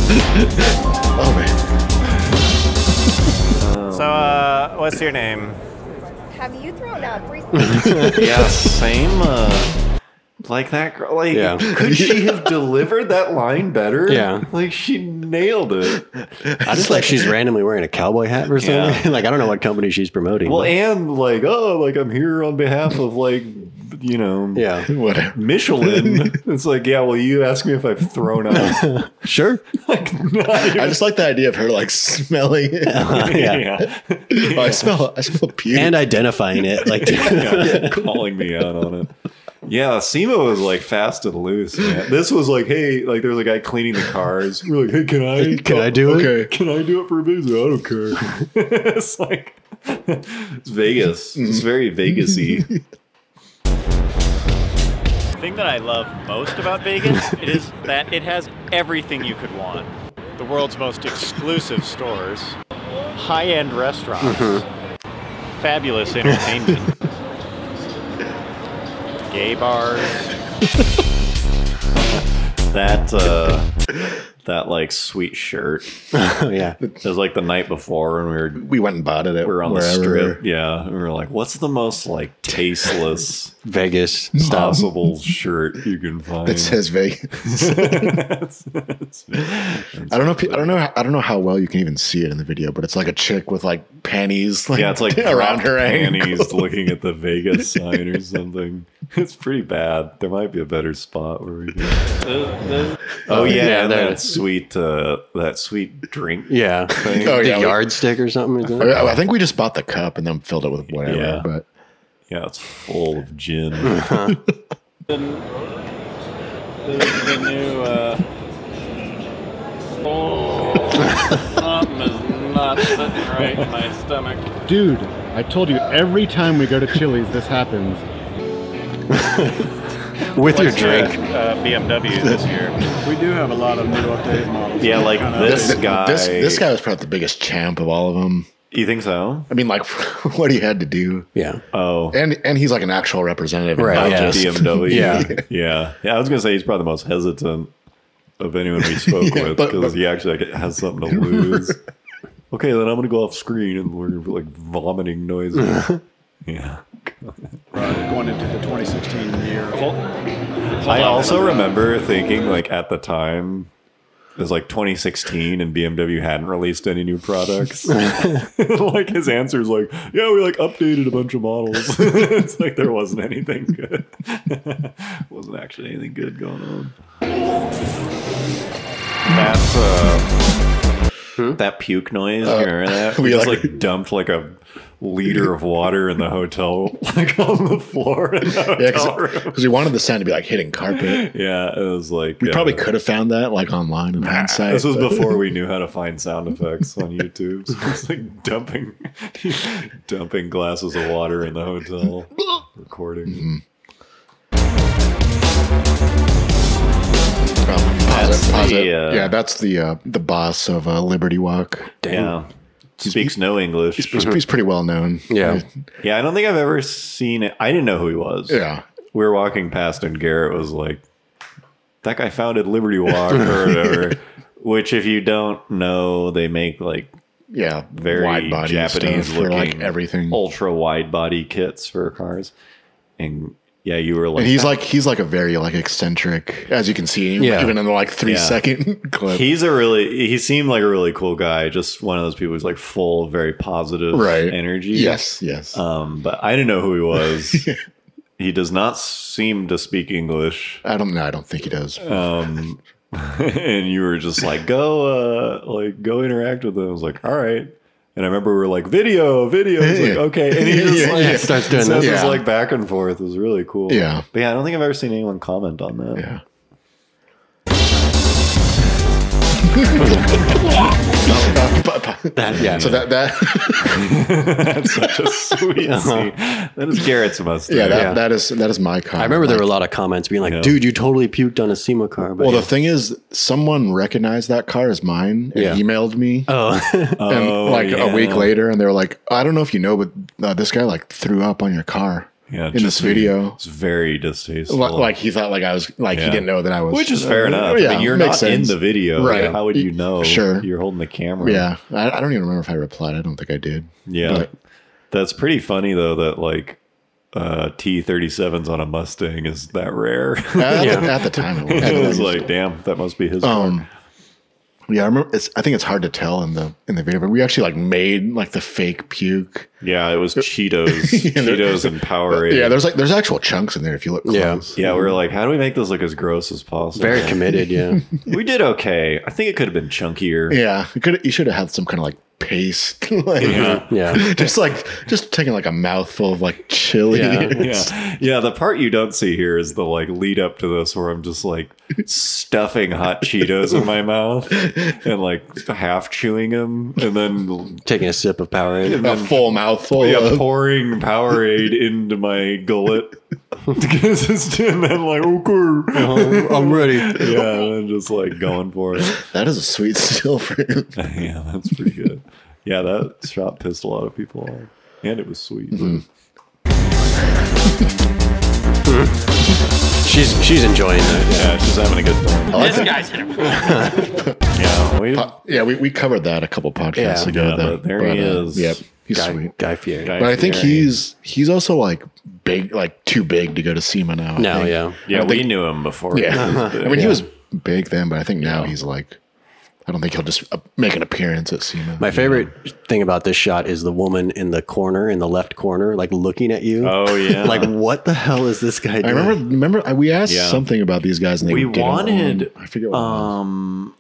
Oh man.
So, uh, what's your name?
Have you thrown up recently?
Yeah, same. Uh, like that girl. Like,
Yeah.
could she have delivered that line better?
Yeah.
like she nailed it.
I just like she's randomly wearing a cowboy hat or something. like I don't know what company she's promoting.
Well,
but-
and like, oh, like I'm here on behalf of like, you know,
yeah,
Whatever.
Michelin. it's like, yeah. Well, you asked me if I've thrown up.
sure.
like, not even-
I just like the idea of her like smelling it.
yeah.
yeah.
Oh, I smell. I smell puke.
and uh, identifying it. Like,
yeah, calling me out on it. Yeah, SEMA was like fast and loose. Man. This was like, hey, like there was a guy cleaning the cars. We're like, hey, can I
can I do it?
okay.
can I do it for a visit? I don't care. it's like it's Vegas. It's very Vegasy.
The thing that I love most about Vegas is that it has everything you could want. The world's most exclusive stores, high-end restaurants,
Mm-hmm.
fabulous entertainment, gay bars.
that uh that like sweet shirt.
yeah.
It was like the night before and we were
We went and bought it. At
we were on
wherever.
the strip. Yeah. And we were like, what's the most like tasteless
Vegas style.
possible shirt you can find?
It says Vegas. I don't know. If, I don't know. how- I don't know how well you can even see it in the video, but it's like a chick with like panties. Like,
Yeah, it's like
around her
panties
ankles.
looking at the Vegas sign or something. It's pretty bad. There might be a better spot where we can. Oh yeah,
yeah,
and
there.
that sweet uh, that sweet drink.
Yeah.
Oh,
the
yeah, we-
yardstick or something. Is it?
I I think we just bought the cup and then filled it with whatever.
Yeah.
But
Yeah, it's full of gin.
The new. Uh, oh, not
is not sitting right in my stomach.
Dude, I told you every time we go to Chili's, this happens.
with your drink.
uh, BMW this year.
We do have a lot of new updated models.
Yeah, like
Kinda-
this guy.
This this guy was probably the biggest champ of all of them.
You think so?
I mean, like what he had to do,
Yeah.
Oh,
and and he's like an actual representative,
Right,
Not
yeah.
just-
BMW.
Yeah.
yeah, yeah. I was gonna say he's probably the most hesitant of anyone we spoke
Yeah,
with
but-
because
but-
he actually like, has something to lose. okay, then I'm gonna go off screen and we're gonna be like vomiting noises. yeah.
uh, going into the 2016 year.
I also remember thinking like at the time it was like 2016 and BMW hadn't released any new products. like his answer is like, yeah, we like updated a bunch of models. it's like there wasn't anything good. wasn't actually anything good going on. That's uh, that puke noise. you remember that?
Uh, we
We just
like-
like dumped like a liter of water in the hotel, like on the floor in the
Yeah,
hotel room.
because we wanted the sound to be like hitting carpet.
Yeah, it was like
We
uh,
probably could have found that like online in hindsight.
This was
but-
before we knew how to find sound effects on YouTube. So it's like dumping, dumping glasses of water in the hotel, recording.
Mm-hmm. Um, pause
That's
it, pause
the,
it.
uh,
yeah, that's the uh, the boss of uh, Liberty Walk.
Yeah, speaks no English.
He's, he's pretty well known.
Mm-hmm. Yeah.
Yeah, I don't think I've ever seen it. I didn't know who he was.
yeah.
we were walking past, and Garrett was like, "That guy founded Liberty Walk or whatever." Which, if you don't know, they make like
yeah,
very
wide-body
Japanese
stuff for
looking,
like everything.
ultra wide body kits for cars. And yeah, you were like,
And he's like he's like a very like eccentric, as you can see,
Yeah.
even in the like three
Yeah.
second clip.
he's a really, he seemed like a really cool guy. Just one of those people who's like full, of very positive
Right.
energy.
yes, yes.
Um, but I didn't know who he was. he does not seem to speak English.
I don't know. I don't think he does.
um, and you were just like, go, uh, like, go interact with them. I was like, all right. And I remember we were like, video, video. It's like,
Yeah.
okay. And he just
Yeah,
like
yeah.
Starts doing
says
that.
this,
Yeah.
like back and forth. It was really cool.
Yeah.
But yeah, I don't think I've ever seen anyone comment on that.
yeah.
yeah.
So that that
That's such a sweet scene. That is Garrett's mustache.
Uh-huh. yeah, that,
Yeah.
that is that is my comment.
I remember there were a lot of comments being like,
Yeah.
dude, you totally puked on a SEMA car. But
Well, the thing is, someone recognized that car as mine and
Yeah.
emailed me.
oh,
and
Oh,
like a week
yeah.
later, and they were like, "I don't know if you know, but uh, this guy like threw up on your car
Yeah,
in this
just-
video.
It's very distasteful.
Li- Like he thought, like I was, like he
Yeah.
didn't know that I was,
Which is fair
uh,
enough. I mean, you're not
makes sense.
in the video.
Right.
How would you know?
Sure.
You're holding the camera.
Yeah, I, I don't even remember if I replied. I don't think I did.
Yeah.
But-
That's pretty funny though that like uh T37s on a Mustang is that rare.
At,
Yeah.
the, at the time, it was,
it was like, damn, that must be his car.
um, yeah, I remember. It's, I think it's hard to tell in the in the video, but we actually like made like the fake puke.
Yeah, it was Cheetos.
Yeah, there-
Cheetos and Powerade.
Yeah, there's like there's actual chunks in there if you look
Yeah.
close.
yeah, we were like, how do we make this look as gross as possible?
very committed. Yeah.
we did okay. I think it could have been chunkier.
Yeah, you could you should have had some kind of like paste, like,
Yeah.
just like just taking like a mouthful of like chili.
Yeah.
Yeah. Yeah. The part you don't see here is the like lead up to this where I'm just like stuffing hot Cheetos in my mouth and like half chewing them and then
Taking a sip of Powerade.
a full mouthful.
Oh, Yeah,
of,
pouring Powerade into my gullet. Because it's and then like okay, Uh-huh.
I'm ready.
yeah, and then just like going for it.
that is a sweet still for him.
yeah, that's pretty good. Yeah, that shot pissed a lot of people off, and it was sweet.
She's she's enjoying it.
Yeah, she's having a good time.
This guy's in a
Yeah, we,
Uh, yeah, we, we covered that a couple podcasts
Yeah.
ago.
Yeah,
that-
but there he is.
yep, he's
Guy,
sweet.
Guy Fieri.
Guy
But I think
Fieri.
he's he's also like big, like too big to go to SEMA now. I
No,
think.
yeah.
Yeah,
I
we
think-
knew him before.
yeah.
He was
I mean,
big.
he was big then, but I think now he's like, I don't think he'll just uh, make an appearance at SEMA.
My favorite thing about this shot is the woman in the corner, in the left corner, like looking at you.
Oh yeah,
Like, what the hell is this guy
I
doing?
remember, remember, I- we asked
Yeah.
something about these guys, and they
We
didn't want-
wanted,
I forget what. it was.
Um,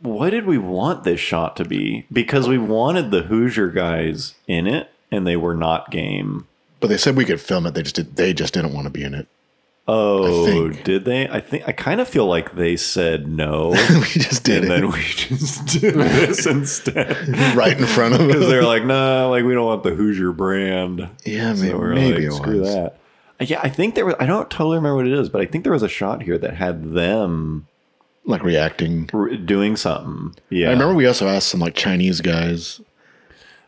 what did we want this shot to be? Because we wanted the Hoosier guys in it, and they were not game.
But they said we could film it. They just did. They just didn't want to be in it.
Oh,
think.
did they? I think I kind of feel like they said no,
we just
and
did it
then we just did this instead.
right in front of
because
us.
they're like, nah, like we don't want the Hoosier brand.
Yeah,
So
may-
we're
maybe
like,
it
screw
was.
that. Uh, Yeah, I think there was. I don't totally remember what it is, but I think there was a shot here that had them
like reacting.
r- doing something. Yeah,
I remember we also asked some like Chinese guys,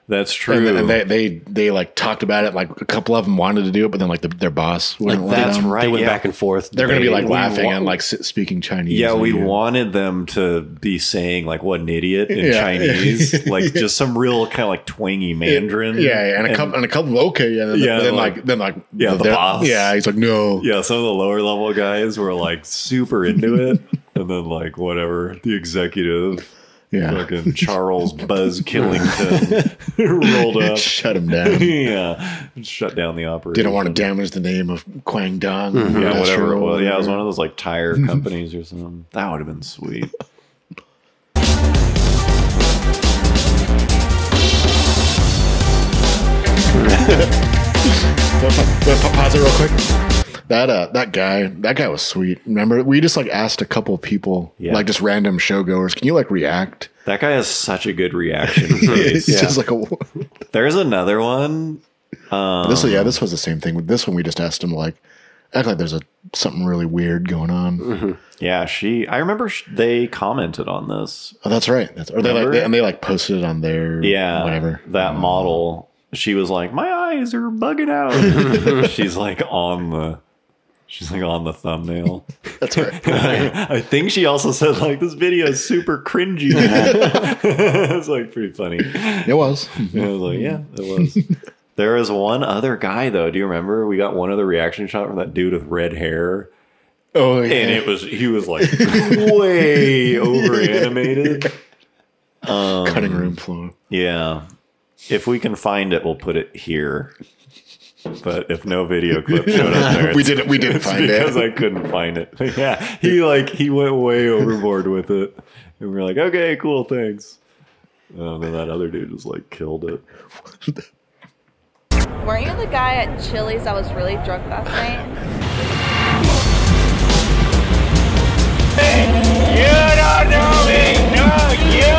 that's true.
and, and they, they they like talked about it. Like a couple of them wanted to do it, but then like the, their boss wouldn't let
that's
them.
right.
They went
yeah.
back and forth.
They're going to be like
We
laughing
wa-
and like s- speaking Chinese.
Yeah,
at
we
you.
wanted them to be saying like "what an idiot" in
Yeah.
Chinese, like just some real kind of like twangy Mandarin.
Yeah, yeah, and a couple and a couple. Okay, yeah, then,
Yeah,
then
like-
like, then like
Yeah, the
they're-
boss.
Yeah, he's like no.
yeah, some of the lower level guys were like super into it, and then like whatever the executive,
Yeah,
fucking Charles Buzz Killington, rolled up.
shut him down.
yeah, shut down the operation.
Didn't want to damage the name of Quang Dong.
Yeah,
That's
whatever
true.
it was. Yeah, it was one of those like tire companies or something. That would have been sweet.
Wanna pa- wanna pa- pause it real quick. That uh, that guy, that guy was sweet. Remember, we just like asked a couple of people,
Yeah.
like just random showgoers, can you like react?
That guy has such a good reaction face.
It's just like a.
There's another one.
This
Um.
yeah, this was the same thing. This one we just asked him like, act like there's a something really weird going on.
Mm-hmm. Yeah, she. I remember sh- they commented on this.
Oh, that's right. That's or they like
Remember?
they, and they like posted it on their
Yeah,
whatever Um,
That model. She was like, "My eyes are bugging out." she's like on the. She's like on the thumbnail.
That's right.
I, I think she also said like this video is super cringy. it's like pretty funny.
It was.
And I was like, yeah, it was. there was one other guy though. Do you remember? We got one other reaction shot from that dude with red hair.
Oh yeah.
and it was he was like way over animated.
cutting
Um.
room floor.
Yeah. If we can find it, we'll put it here. But if no video clip showed up there,
we
it's-
didn't we didn't
it's
find
because
it.
I couldn't find it. yeah, he like he went way overboard with it, and we were like, okay, cool, thanks. Oh, And then that other dude just like killed it.
Weren't you the guy at Chili's that was really drunk last night?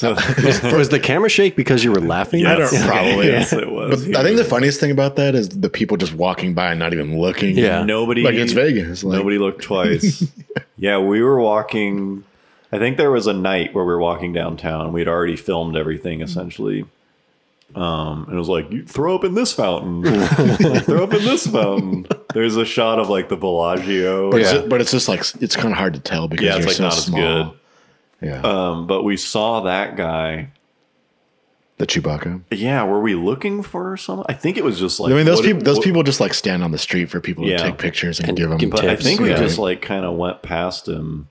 So
was the camera shake because you were laughing?
I don't probably.
yes, it was.
But I think the funniest thing about that is the people just walking by and not even looking.
Yeah.
nobody
Like it's Vegas. Like,
Nobody looked twice. yeah, we were walking. I think there was a night where we were walking downtown. We'd already filmed
Mm-hmm.
everything essentially. Um, and it was like, you throw up in this fountain, Like, throw up in this fountain. There's a shot of like the Bellagio.
But, it's, but it's just like it's kind of hard to tell because
Yeah, it's
you're
like
so
not as
small.
good.
Yeah,
Um, but we saw that guy.
the Chewbacca.
Yeah, were we looking for someone? I think it was just like
I mean, those
what-
people those
what-
people just like stand on the street for people
Yeah.
to take pictures and,
And
give them.
give
But I
tips,
think we
yeah.
just like kind of went past him,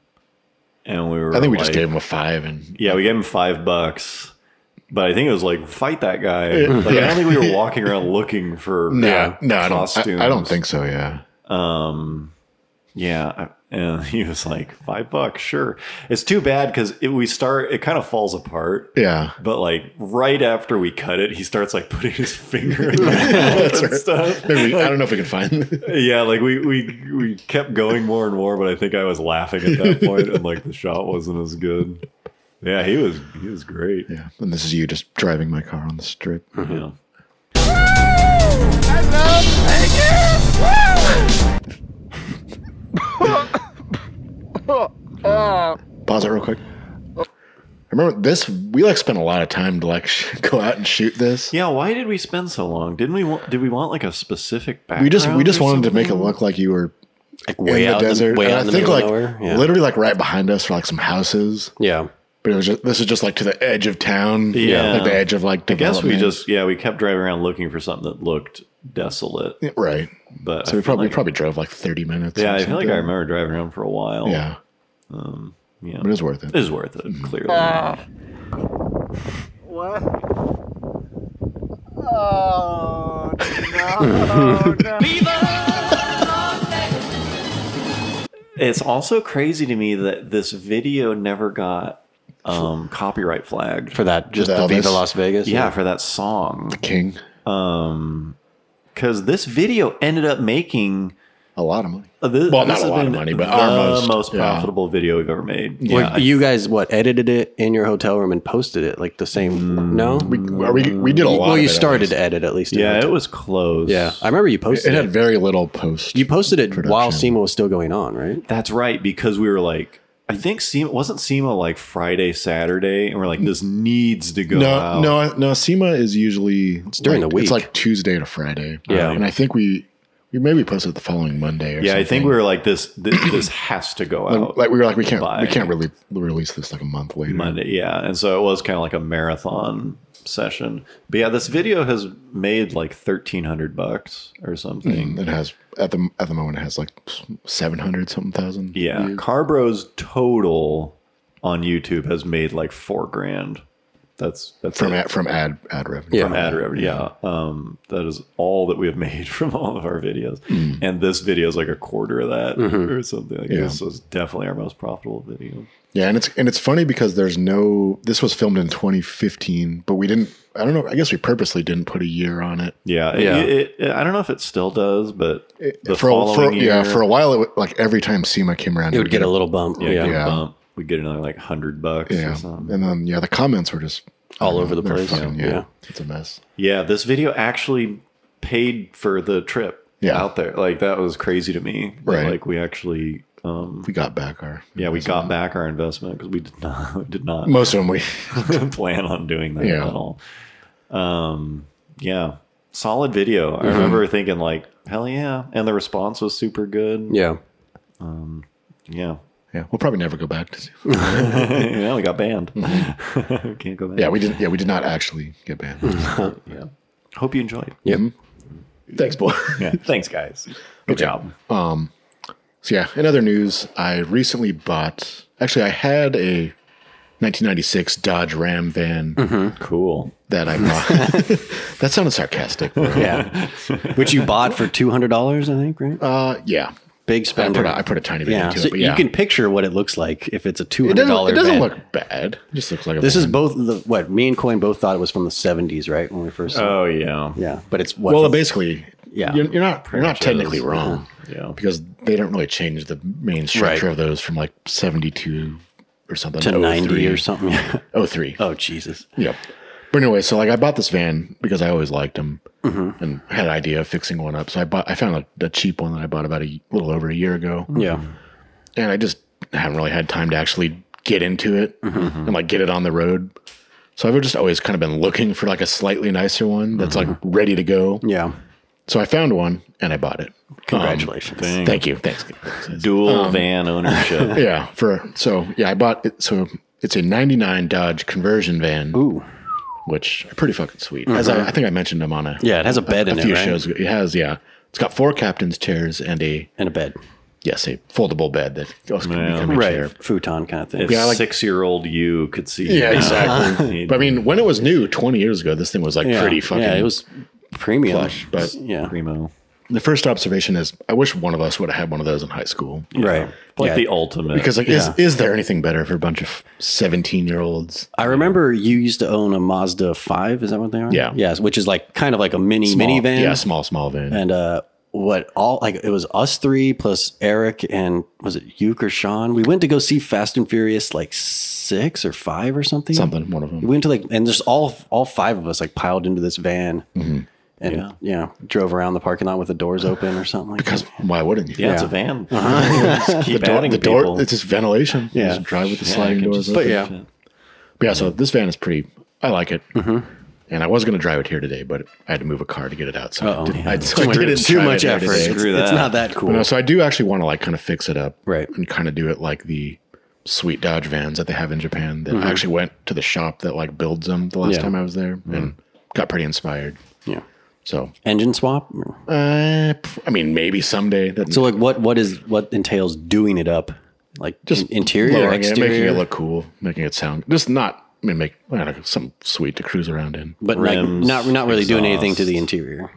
and we were.
I think we just
like-
gave them a five and
Yeah, we gave him five bucks, but I think it was like fight that guy. Like, I don't think we were walking around looking for
no,
yeah,
no, I don't,
costumes.
I, I don't think so. Yeah,
Um, yeah, I- and he was like five bucks, sure. It's too bad because we start. It kind of falls apart.
yeah.
But like right after we cut it, he starts like putting his finger in the mouth and stuff.
Maybe we- I don't know if we can find.
Yeah, like we, we we kept going more and more, but I think I was laughing at that point, and like the shot wasn't as good. Yeah, he was he was great.
yeah, and this is you just driving my car on the strip.
Yeah.
Pause it real quick. I remember this. We like spent a lot of time to like sh- go out and shoot this.
Yeah, why did we spend so long? Didn't we want? Did we want like a specific background?
we just we just
or
wanted to make it
something?
look like you were
Like
in
way
the
out,
desert.
way
and
out
I
in the
think
middle
like
of nowhere. Yeah.
literally like right behind us were like some houses,
yeah.
but it was just this is just like to the edge of town.
Yeah.
like the edge of like.
I guess we
development.
just yeah we kept driving around looking for something that looked desolate,
Yeah, right.
but
So
I
we
feel
probably
like-
probably drove like thirty minutes.
yeah
or
I feel like I
something.
remember driving around for a while.
Yeah,
yeah,
but it was worth
it
it.
is worth
Hmm.
it clearly.
What? Oh, no, no.
It's also crazy to me that this video never got um, copyright flagged
for that. Just
With
the Viva
Elvis.
Las Vegas.
yeah for that song
King,
because this video ended up making
a lot of money.
uh, this,
Well, not
this
a
has
lot of
been
money, but
the
our most- yeah.
profitable video we've ever made.
Well, you guys what edited it in your hotel room and posted it like the same? no.
We, we, we
Mm,
did a lot.
well,
of
you
it, at
started
least.
to edit at least. in your
yeah, it
hotel-
was close.
Yeah, I remember you posted
It
it.
had very little post.
you posted it while
production.
SEMA was still going on, right?
That's right, because we were like, I think SEMA wasn't SEMA like Friday, Saturday, and we're like, this needs to go
no,
out.
no, no. SEMA is usually it's
during the
It's
week.
like Tuesday to Friday. Uh,
Yeah.
and I think we we maybe posted the following Monday. Or
yeah, I think
something.
we were like, this this, this has to go
Like-
out.
like we were like we can't
by
we can't really release this like a month later.
Monday, yeah, and so it was kind of like a marathon session. But yeah, this video has made like thirteen hundred bucks or something.
It has at the at the moment it has like seven hundred something thousand.
Yeah, Carbro's total on YouTube has made like four grand. That's that's
from
it.
ad, from ad ad revenue.
from ad revenue. Yeah, um, that is all that we have made from all of our videos, and this video is like a quarter of that or something. Like
Mm. Mm-hmm. Yeah.
This was definitely our most profitable video.
Yeah, and it's and it's funny because there's no this was filmed in 2015, but we didn't. I don't know. I guess we purposely didn't put a year on it.
Yeah, it-
Yeah.
It, it- I don't know if it still does, but the
for a,
following
for,
year,
yeah, for a while, it would, like every time SEMA came around,
It
we'd
would get a little bump. Yeah,
yeah,
yeah.
bump, we get another like hundred bucks
yeah,
or something.
and then yeah, the comments were just
All over the
they're
place.
fucking-
Yeah.
yeah,
Yeah.
it's a mess.
Yeah, this video actually paid for the trip
Yeah.
out there. Like that was crazy to me. that,
Right.
like we actually. Um,
We got back our
yeah, we got back our investment because we did not we did not
most of them. We
plan on doing that
Yeah.
at all. Um, yeah, solid video.
Mm-hmm.
I remember thinking like, hell yeah, and the response was super good. yeah,
yeah, we'll probably never go back to SEMA.
yeah. We got banned.
Mm-hmm.
Can't go back.
Yeah, we didn't. Yeah, we did not actually get banned.
Hmm.
yeah. Hope you enjoyed.
Thanks, boy.
Yeah. Thanks, guys. Good job.
So yeah, in other news, I recently bought. Actually, I had a 1996 Dodge Ram van
Mm-hmm.
Cool.
that I bought. that sounded sarcastic. bro.
Yeah. Which you bought for two hundred dollars, I think, right?
Uh, yeah,
Big
I
spender.
put, a, I put a tiny bit
yeah.
into
So
it. But yeah,
you can picture what it looks like if it's a two
It
hundred
doesn't.
dollar.
It doesn't look bad. It just looks like a
This is
van.
both the what me and Coin both thought it was from the seventies, right? When we first saw. it.
Oh yeah.
yeah, but it's what
Uh, Well,
from-
basically,
Yeah.
you're, you're not you're not
Pretty much
technically
is.
wrong
Yeah.
because they don't really change the main structure
Right.
of those from like 72 or something oh
to ninety or
something.
something.
03.
oh Jesus!
Yep. But anyway, so like I bought this van because I always liked them
Mm-hmm.
and had an idea of fixing one up. So I bought, I found a, a cheap one that I bought about a y- little over a year ago,
Yeah,
and I just haven't really had time to actually get into it
Mm-hmm.
and like get it on the road. So I've just always kind of been looking for like a slightly nicer one that's like
Mm-hmm.
ready to go.
yeah.
So I found one and I bought it. Um,
Congratulations.
Dang.
thank you. Thanks. Thanks.
Dual van ownership.
yeah. For so yeah, I bought it. So it's a '99 Dodge conversion van.
Ooh. Mm-hmm.
which are pretty fucking sweet. As I, I think I mentioned them on a
Yeah, it has a bed
a
in it,
few
right?
shows. ago. It has yeah. It's got four captain's chairs and a
and a bed,
yes a foldable bed that also can
Yeah.
become a
right?
chair.
Futon kind of thing.
If
Yeah, I like-
six-year-old you could see,
Yeah,
now,
exactly.
he'd-
but I mean, when it was new 20 years ago, this thing was like
Yeah.
pretty fucking.
Yeah, it was premium.
plush, but-
yeah,
primo,
The first observation is, I wish one of us would have had one of those in high school.
right.
like
Yeah.
the ultimate.
Because like, is is there anything better for a bunch of 17 year olds?
I remember you used to own a Mazda 5. Is that what they are?
Yeah.
Yes, which is like kind of like a mini minivan.
Yeah, small small van.
And uh, what all like it was us three plus Eric and was it Yuke or Sean? We went to go see Fast and Furious like six or five or something.
Something, one of
We
them.
went to like and just all all five of us like piled into this van
Mm-hmm.
and yeah. drove around the parking lot with the doors open or something like
Because
that.
why wouldn't you?
yeah, it's a
yeah.
van. Just keep
Uh-huh. The door,
adding
the door,
people.
it's just ventilation. You
Yeah.
just drive with the
Yeah,
sliding
you can
doors.
just-
open.
yeah.
But yeah, so this van is pretty. I like it.
Mm-hmm.
And I was going to drive it here today, but I had to move a car to get it out. So I,
Uh-oh.
did, I, so
Too
I
much,
didn't
too
drive
much
it here
effort.
today.
It's,
Screw
it's
that.
not that cool.
No, so I do actually want to like kind of fix it up,
Right.
And kind of do it like the sweet Dodge vans that they have in Japan.
Mm-hmm.
That I actually went to the shop that like builds them the last
Yeah.
time I was there
Mm-hmm.
and got pretty inspired.
yeah.
So
Engine swap.
uh, p- I mean, maybe someday. That
So like what what is what entails doing it up? Like just interior or
lowering it,
exterior,
making it look cool, making it sound just not. I mean, make I don't know, something sweet to cruise around in.
but like
rims,
not not really doing anything to the
exhaust.
interior.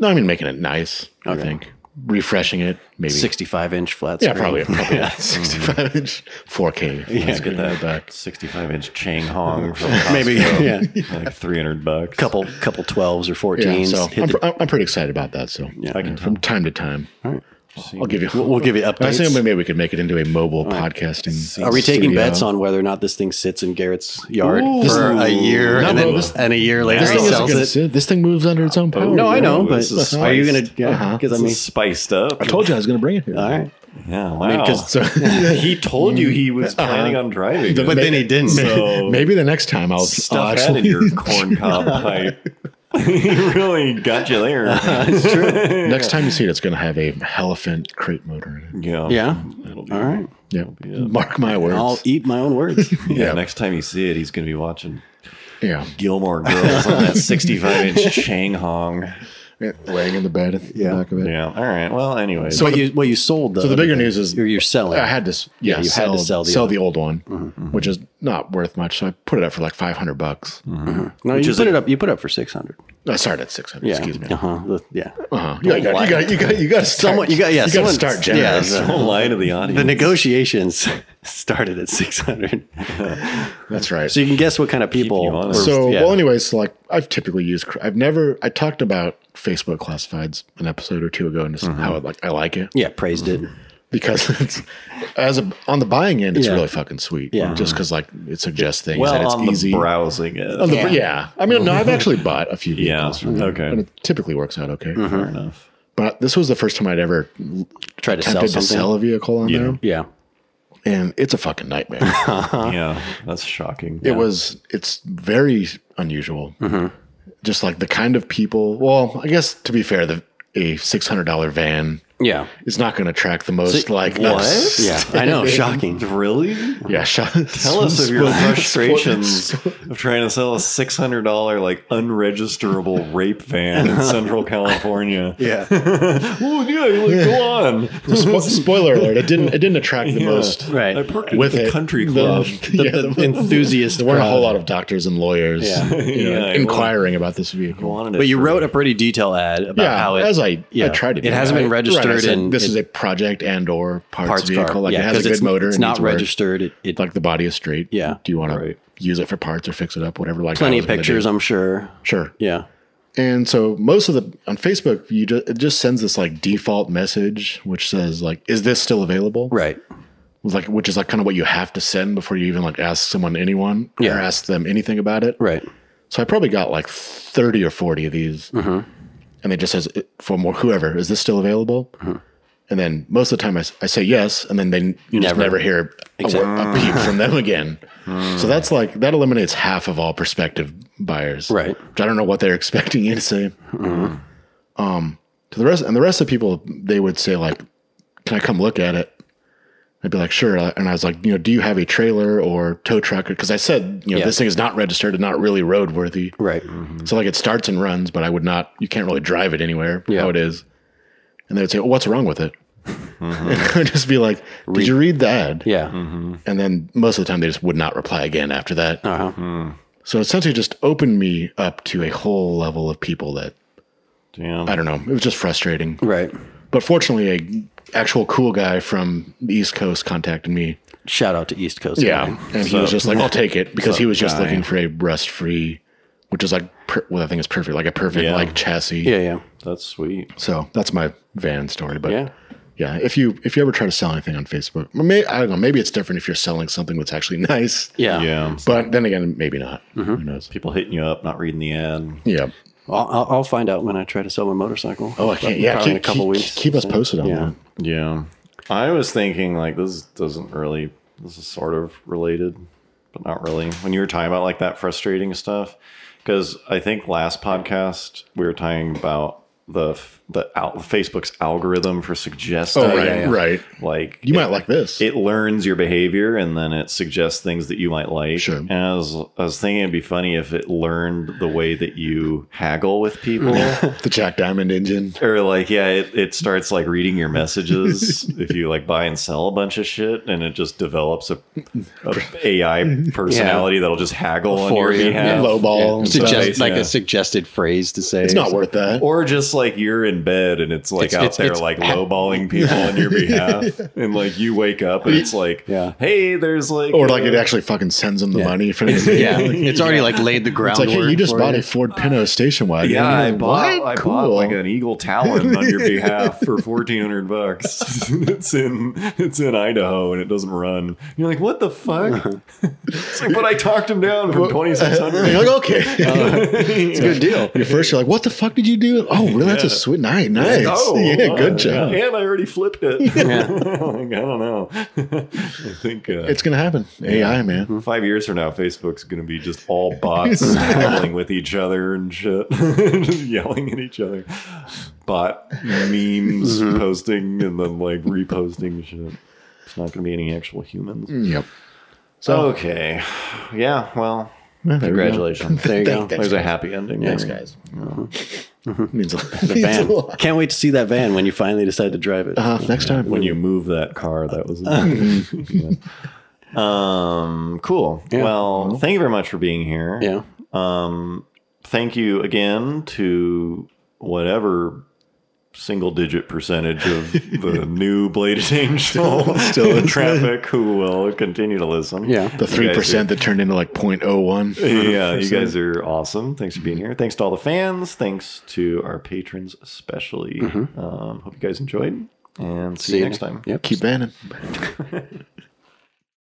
No, I mean making it nice. I think. refreshing it, maybe.
65 inch flat
yeah,
screen.
probably, probably 65 inch 4K.
Yeah,
That's
get
good.
that
Back.
65 inch Chang Hong from
Maybe,
Costco,
yeah.
like 300 bucks.
couple couple 12s or 14s.
Yeah, so
Hit
I'm,
the-
pr- I'm pretty excited about that. So
I can tell.
from time to time,
See-
I'll give you.
we'll give you
I
updates.
think maybe we could make it into a mobile podcasting.
Are we taking
studio.
bets on whether or not this thing sits in Garrett's yard
Ooh.
for a year
No,
and, then,
bro, this-
and a year later
This
he
thing, isn't
sells
gonna
it?
sit. this thing moves under its own power.
No, I know,
Ooh,
but
this is
are you going
spiced.
to? Yeah,
Uh-huh.
because
This
I mean,
is spiced up.
I told you I was going to bring it here.
all right.
Yeah, wow.
mean, 'cause-
So
he told you he was planning on driving.
But
it.
then
he didn't.
So
maybe the next time I'll, I'll
stuff that in
actually.
your corn cob pipe. he really got you there. it's true.
Next time you see it, it's going to have a elephant crate motor in it.
Yeah.
Yeah.
It'll be,
All right.
Yeah.
Yeah.
Mark my words.
I'll eat my own words.
Yeah,
Yeah.
Next time you see it, he's going to be watching
yeah.
Gilmore Girls on that 65 inch Chang Hong.
Yeah, Laying in the bed at the
Yeah.
back of it.
Yeah. All right. Well, anyway.
so what you what you sold though?
So the bigger news is
you're, you're selling.
I had to, s- yeah,
you had to sell
sell,
the
sell
other- Mm-hmm,
the old one, which is not worth much. So I put it up for like 500 bucks.
Mm-hmm. no, you
which is
put
a-
it up. You put up for six hundred.
I started at 600,
Yeah.
excuse me.
Uh huh. Yeah.
Uh-huh. You, got, you, got, you, got, you got to start.
Someone- you got- yeah,
You got
someone-
to start
yeah,
generous.
so-
don't lie to the audience.
The negotiations started at six hundred,
That's right.
so you can guess what kind of people.
you
were-
honest.
So,
yeah.
well, anyways, so like I've typically used, cr- I've never, I talked about Facebook classifieds an episode or two ago and just
Mm-hmm.
how it, like I like it
yeah, praised it.
because it's as a, on the buying end, it's
Yeah.
really fucking sweet.
Yeah.
Just because like it suggests things
well,
and it's
on the
easy.
browsing. Is
On the- yeah. I mean, no,
Mm-hmm.
I've actually bought a few
Yeah,
vehicles. from them,
okay.
And it typically works out okay.
Fair enough.
But this was the first time I'd ever
Try to Mm-hmm. sell
attempted to
something.
sell a vehicle on there.
Yeah.
And it's a fucking nightmare.
Yeah. That's shocking.
It was. It's very unusual.
Mm-hmm.
Just like the kind of people. Well, I guess to be fair, the a six hundred dollar van
Yeah.
is not going to attract the most like
What?
Yeah. I know. Shocking.
Really?
Yeah, sh-
Tell us of your frustrations of trying to sell a six hundred dollar like unregisterable rape van in Central California.
Yeah.
oh yeah, like, go on.
Spo- spoiler alert! It didn't. It didn't attract the most.
Right.
I parked
With
with the
it,
country
the-
club.
The,
Yeah,
the
the-
enthusiast.
There weren't a whole
crowd.
lot of doctors and lawyers
Yeah.
you know,
Yeah, I
inquiring about this vehicle.
Wanted it
But you
for-
wrote a pretty detailed ad about
yeah,
how it
as I, I
yeah.
tried to.
It hasn't been registered
in
and
this
it-
is a project and or parts,
parts
vehicle.
car.
Like it has a
'cause
good
it's,
motor.
It's
it
not
needs work.
registered. It, it
Like the body is straight.
Yeah.
Do you want
Right.
to use it for parts or fix it up? Whatever. Like I
plenty
was
of
gonna do.
pictures. I'm sure.
Sure.
Yeah.
And so most of the on Facebook, you just, it just sends this like default message which says like, "Is this still available?"
Right.
Like, which is like kind of what you have to send before you even like ask someone anyone
Yeah.
or ask them anything about it.
Right.
So I probably got like thirty or forty of these,
Mm-hmm.
and it just says for more whoever, "Is this still available?"
Mm-hmm.
And then most of the time I, s- I say yes, and then they you just
Never. Mm.
never hear a, wor- a peep from them again. so that's like that eliminates half of all prospective buyers,
Right.
Which I don't know what they're expecting you to say. Um, to the rest and the rest of the people, they would say like, "Can I come look at it?" I'd be like, "Sure," Uh, and I was like, "You know, do you have a trailer or tow truck?" Because I said, you
Yeah.
know,
Mm-hmm.
this thing is not registered and not really roadworthy,
Right.
so like it starts and runs, but I would not. You can't really drive it anywhere.
Yeah.
How it is, and they would say, well, "What's wrong with it?"
Mm-hmm.
And I would just be like, "Did you read the ad?"
Yeah.
And then most of the time, they just would not reply again after that. Hmm.
Uh-huh.
So it essentially, just opened me up to a whole level of people that
Damn.
I don't know. It was just frustrating.
Right.
But fortunately, a actual cool guy from the East Coast contacted me.
Shout out to East Coast. guy.
and he was just like, "I'll take it," because he was just
guy.
looking for a rust-free, which is like, per- well, I think it's perfect, like a perfect
Yeah.
like chassis.
Yeah. Yeah.
That's sweet.
So that's my van story. But
Yeah.
yeah. if you if you ever try to sell anything on Facebook, may, I don't know, maybe it's different if you're selling something that's actually nice.
Yeah.
Yeah.
Um,
But then again, maybe not.
Mm-hmm.
Who knows?
People hitting you up, not reading the ad.
Yeah.
I'll, I'll, I'll find out when I try to sell my motorcycle.
Oh, I can't. Yeah,
Probably
keep,
in a couple
keep,
weeks.
Keep us posted on
Yeah.
Oh,
that.
Yeah. I was thinking like this doesn't really this is sort of related, but not really. When you were talking about like that frustrating stuff, because I think last podcast we were talking about the f- the al- Facebook's algorithm for suggesting
Oh, right, right.
like
You
it-
might like this.
it learns your behavior and then it suggests things that you might like.
Sure.
And I was, I was thinking it'd be funny if it learned the way that you haggle with people.
the Jack Diamond engine.
or like yeah it, it starts like reading your messages if you like buy and sell a bunch of shit and it just develops a, a ai personality that'll just haggle on your
For you.
behalf
Low ball.
Suggest,
Nice,
like
yeah.
a suggested phrase to say.
It's not worth that.
or just like you're in in bed and it's like
It's-
out
it's-
there
it's-
like lowballing people on your behalf, and like you wake up and it's like,
Yeah.
hey, there's like,
or like
uh,
it actually fucking sends them the money for
It's-
the
yeah, it's already like laid the
It's
groundwork.
like, hey, you just
for
bought
it.
a Ford Pinto station wagon.
Yeah, I
You're like,
bought I
"What?
bought
Cool."
like an Eagle Talon on your behalf for fourteen hundred bucks. it's in it's in Idaho and it doesn't run. You're like, what the fuck? it's like, but I talked him down from twenty six
You're
hundred. Uh,
like, okay.
It's a good deal.
At first, you're like, "What the fuck did you do?" Oh, really? That's a
Yeah.
sweet night. Nice.
Oh,
yeah,
wow.
good job.
And I already flipped it. Like, I don't know. I think uh,
It's gonna happen. AI,
Mm-hmm.
man.
five years from now, Facebook's going to be just all bots battling with each other and shit, just yelling at each other. Bot memes
Mm-hmm.
posting and then like reposting shit. It's not going to be any actual humans.
Yep. So,
Okay. Yeah. Well,
yeah, there we go.
congratulations.
There you go.
Thank-
There's a happy ending.
Thanks,
there.
guys. Means a lot.
The
Means a
van.
lot.
Can't wait to see that van when you finally decide to drive it.
Uh, next time,
When you move that car, that was. Yeah. Um. Cool.
Yeah.
Well, thank you very much for being here.
Yeah.
Um, thank you again to whatever single digit percentage of the new Bladed Angel
still in-
traffic who will continue to listen.
Yeah.
the three percent that turned into like 0.01.
Yeah, you guys are awesome. Thanks for being here. Thanks to all the fans. Thanks to our patrons, especially.
Mm-hmm.
Um, hope you guys enjoyed and see, you next time.
Yep.
Keep banning.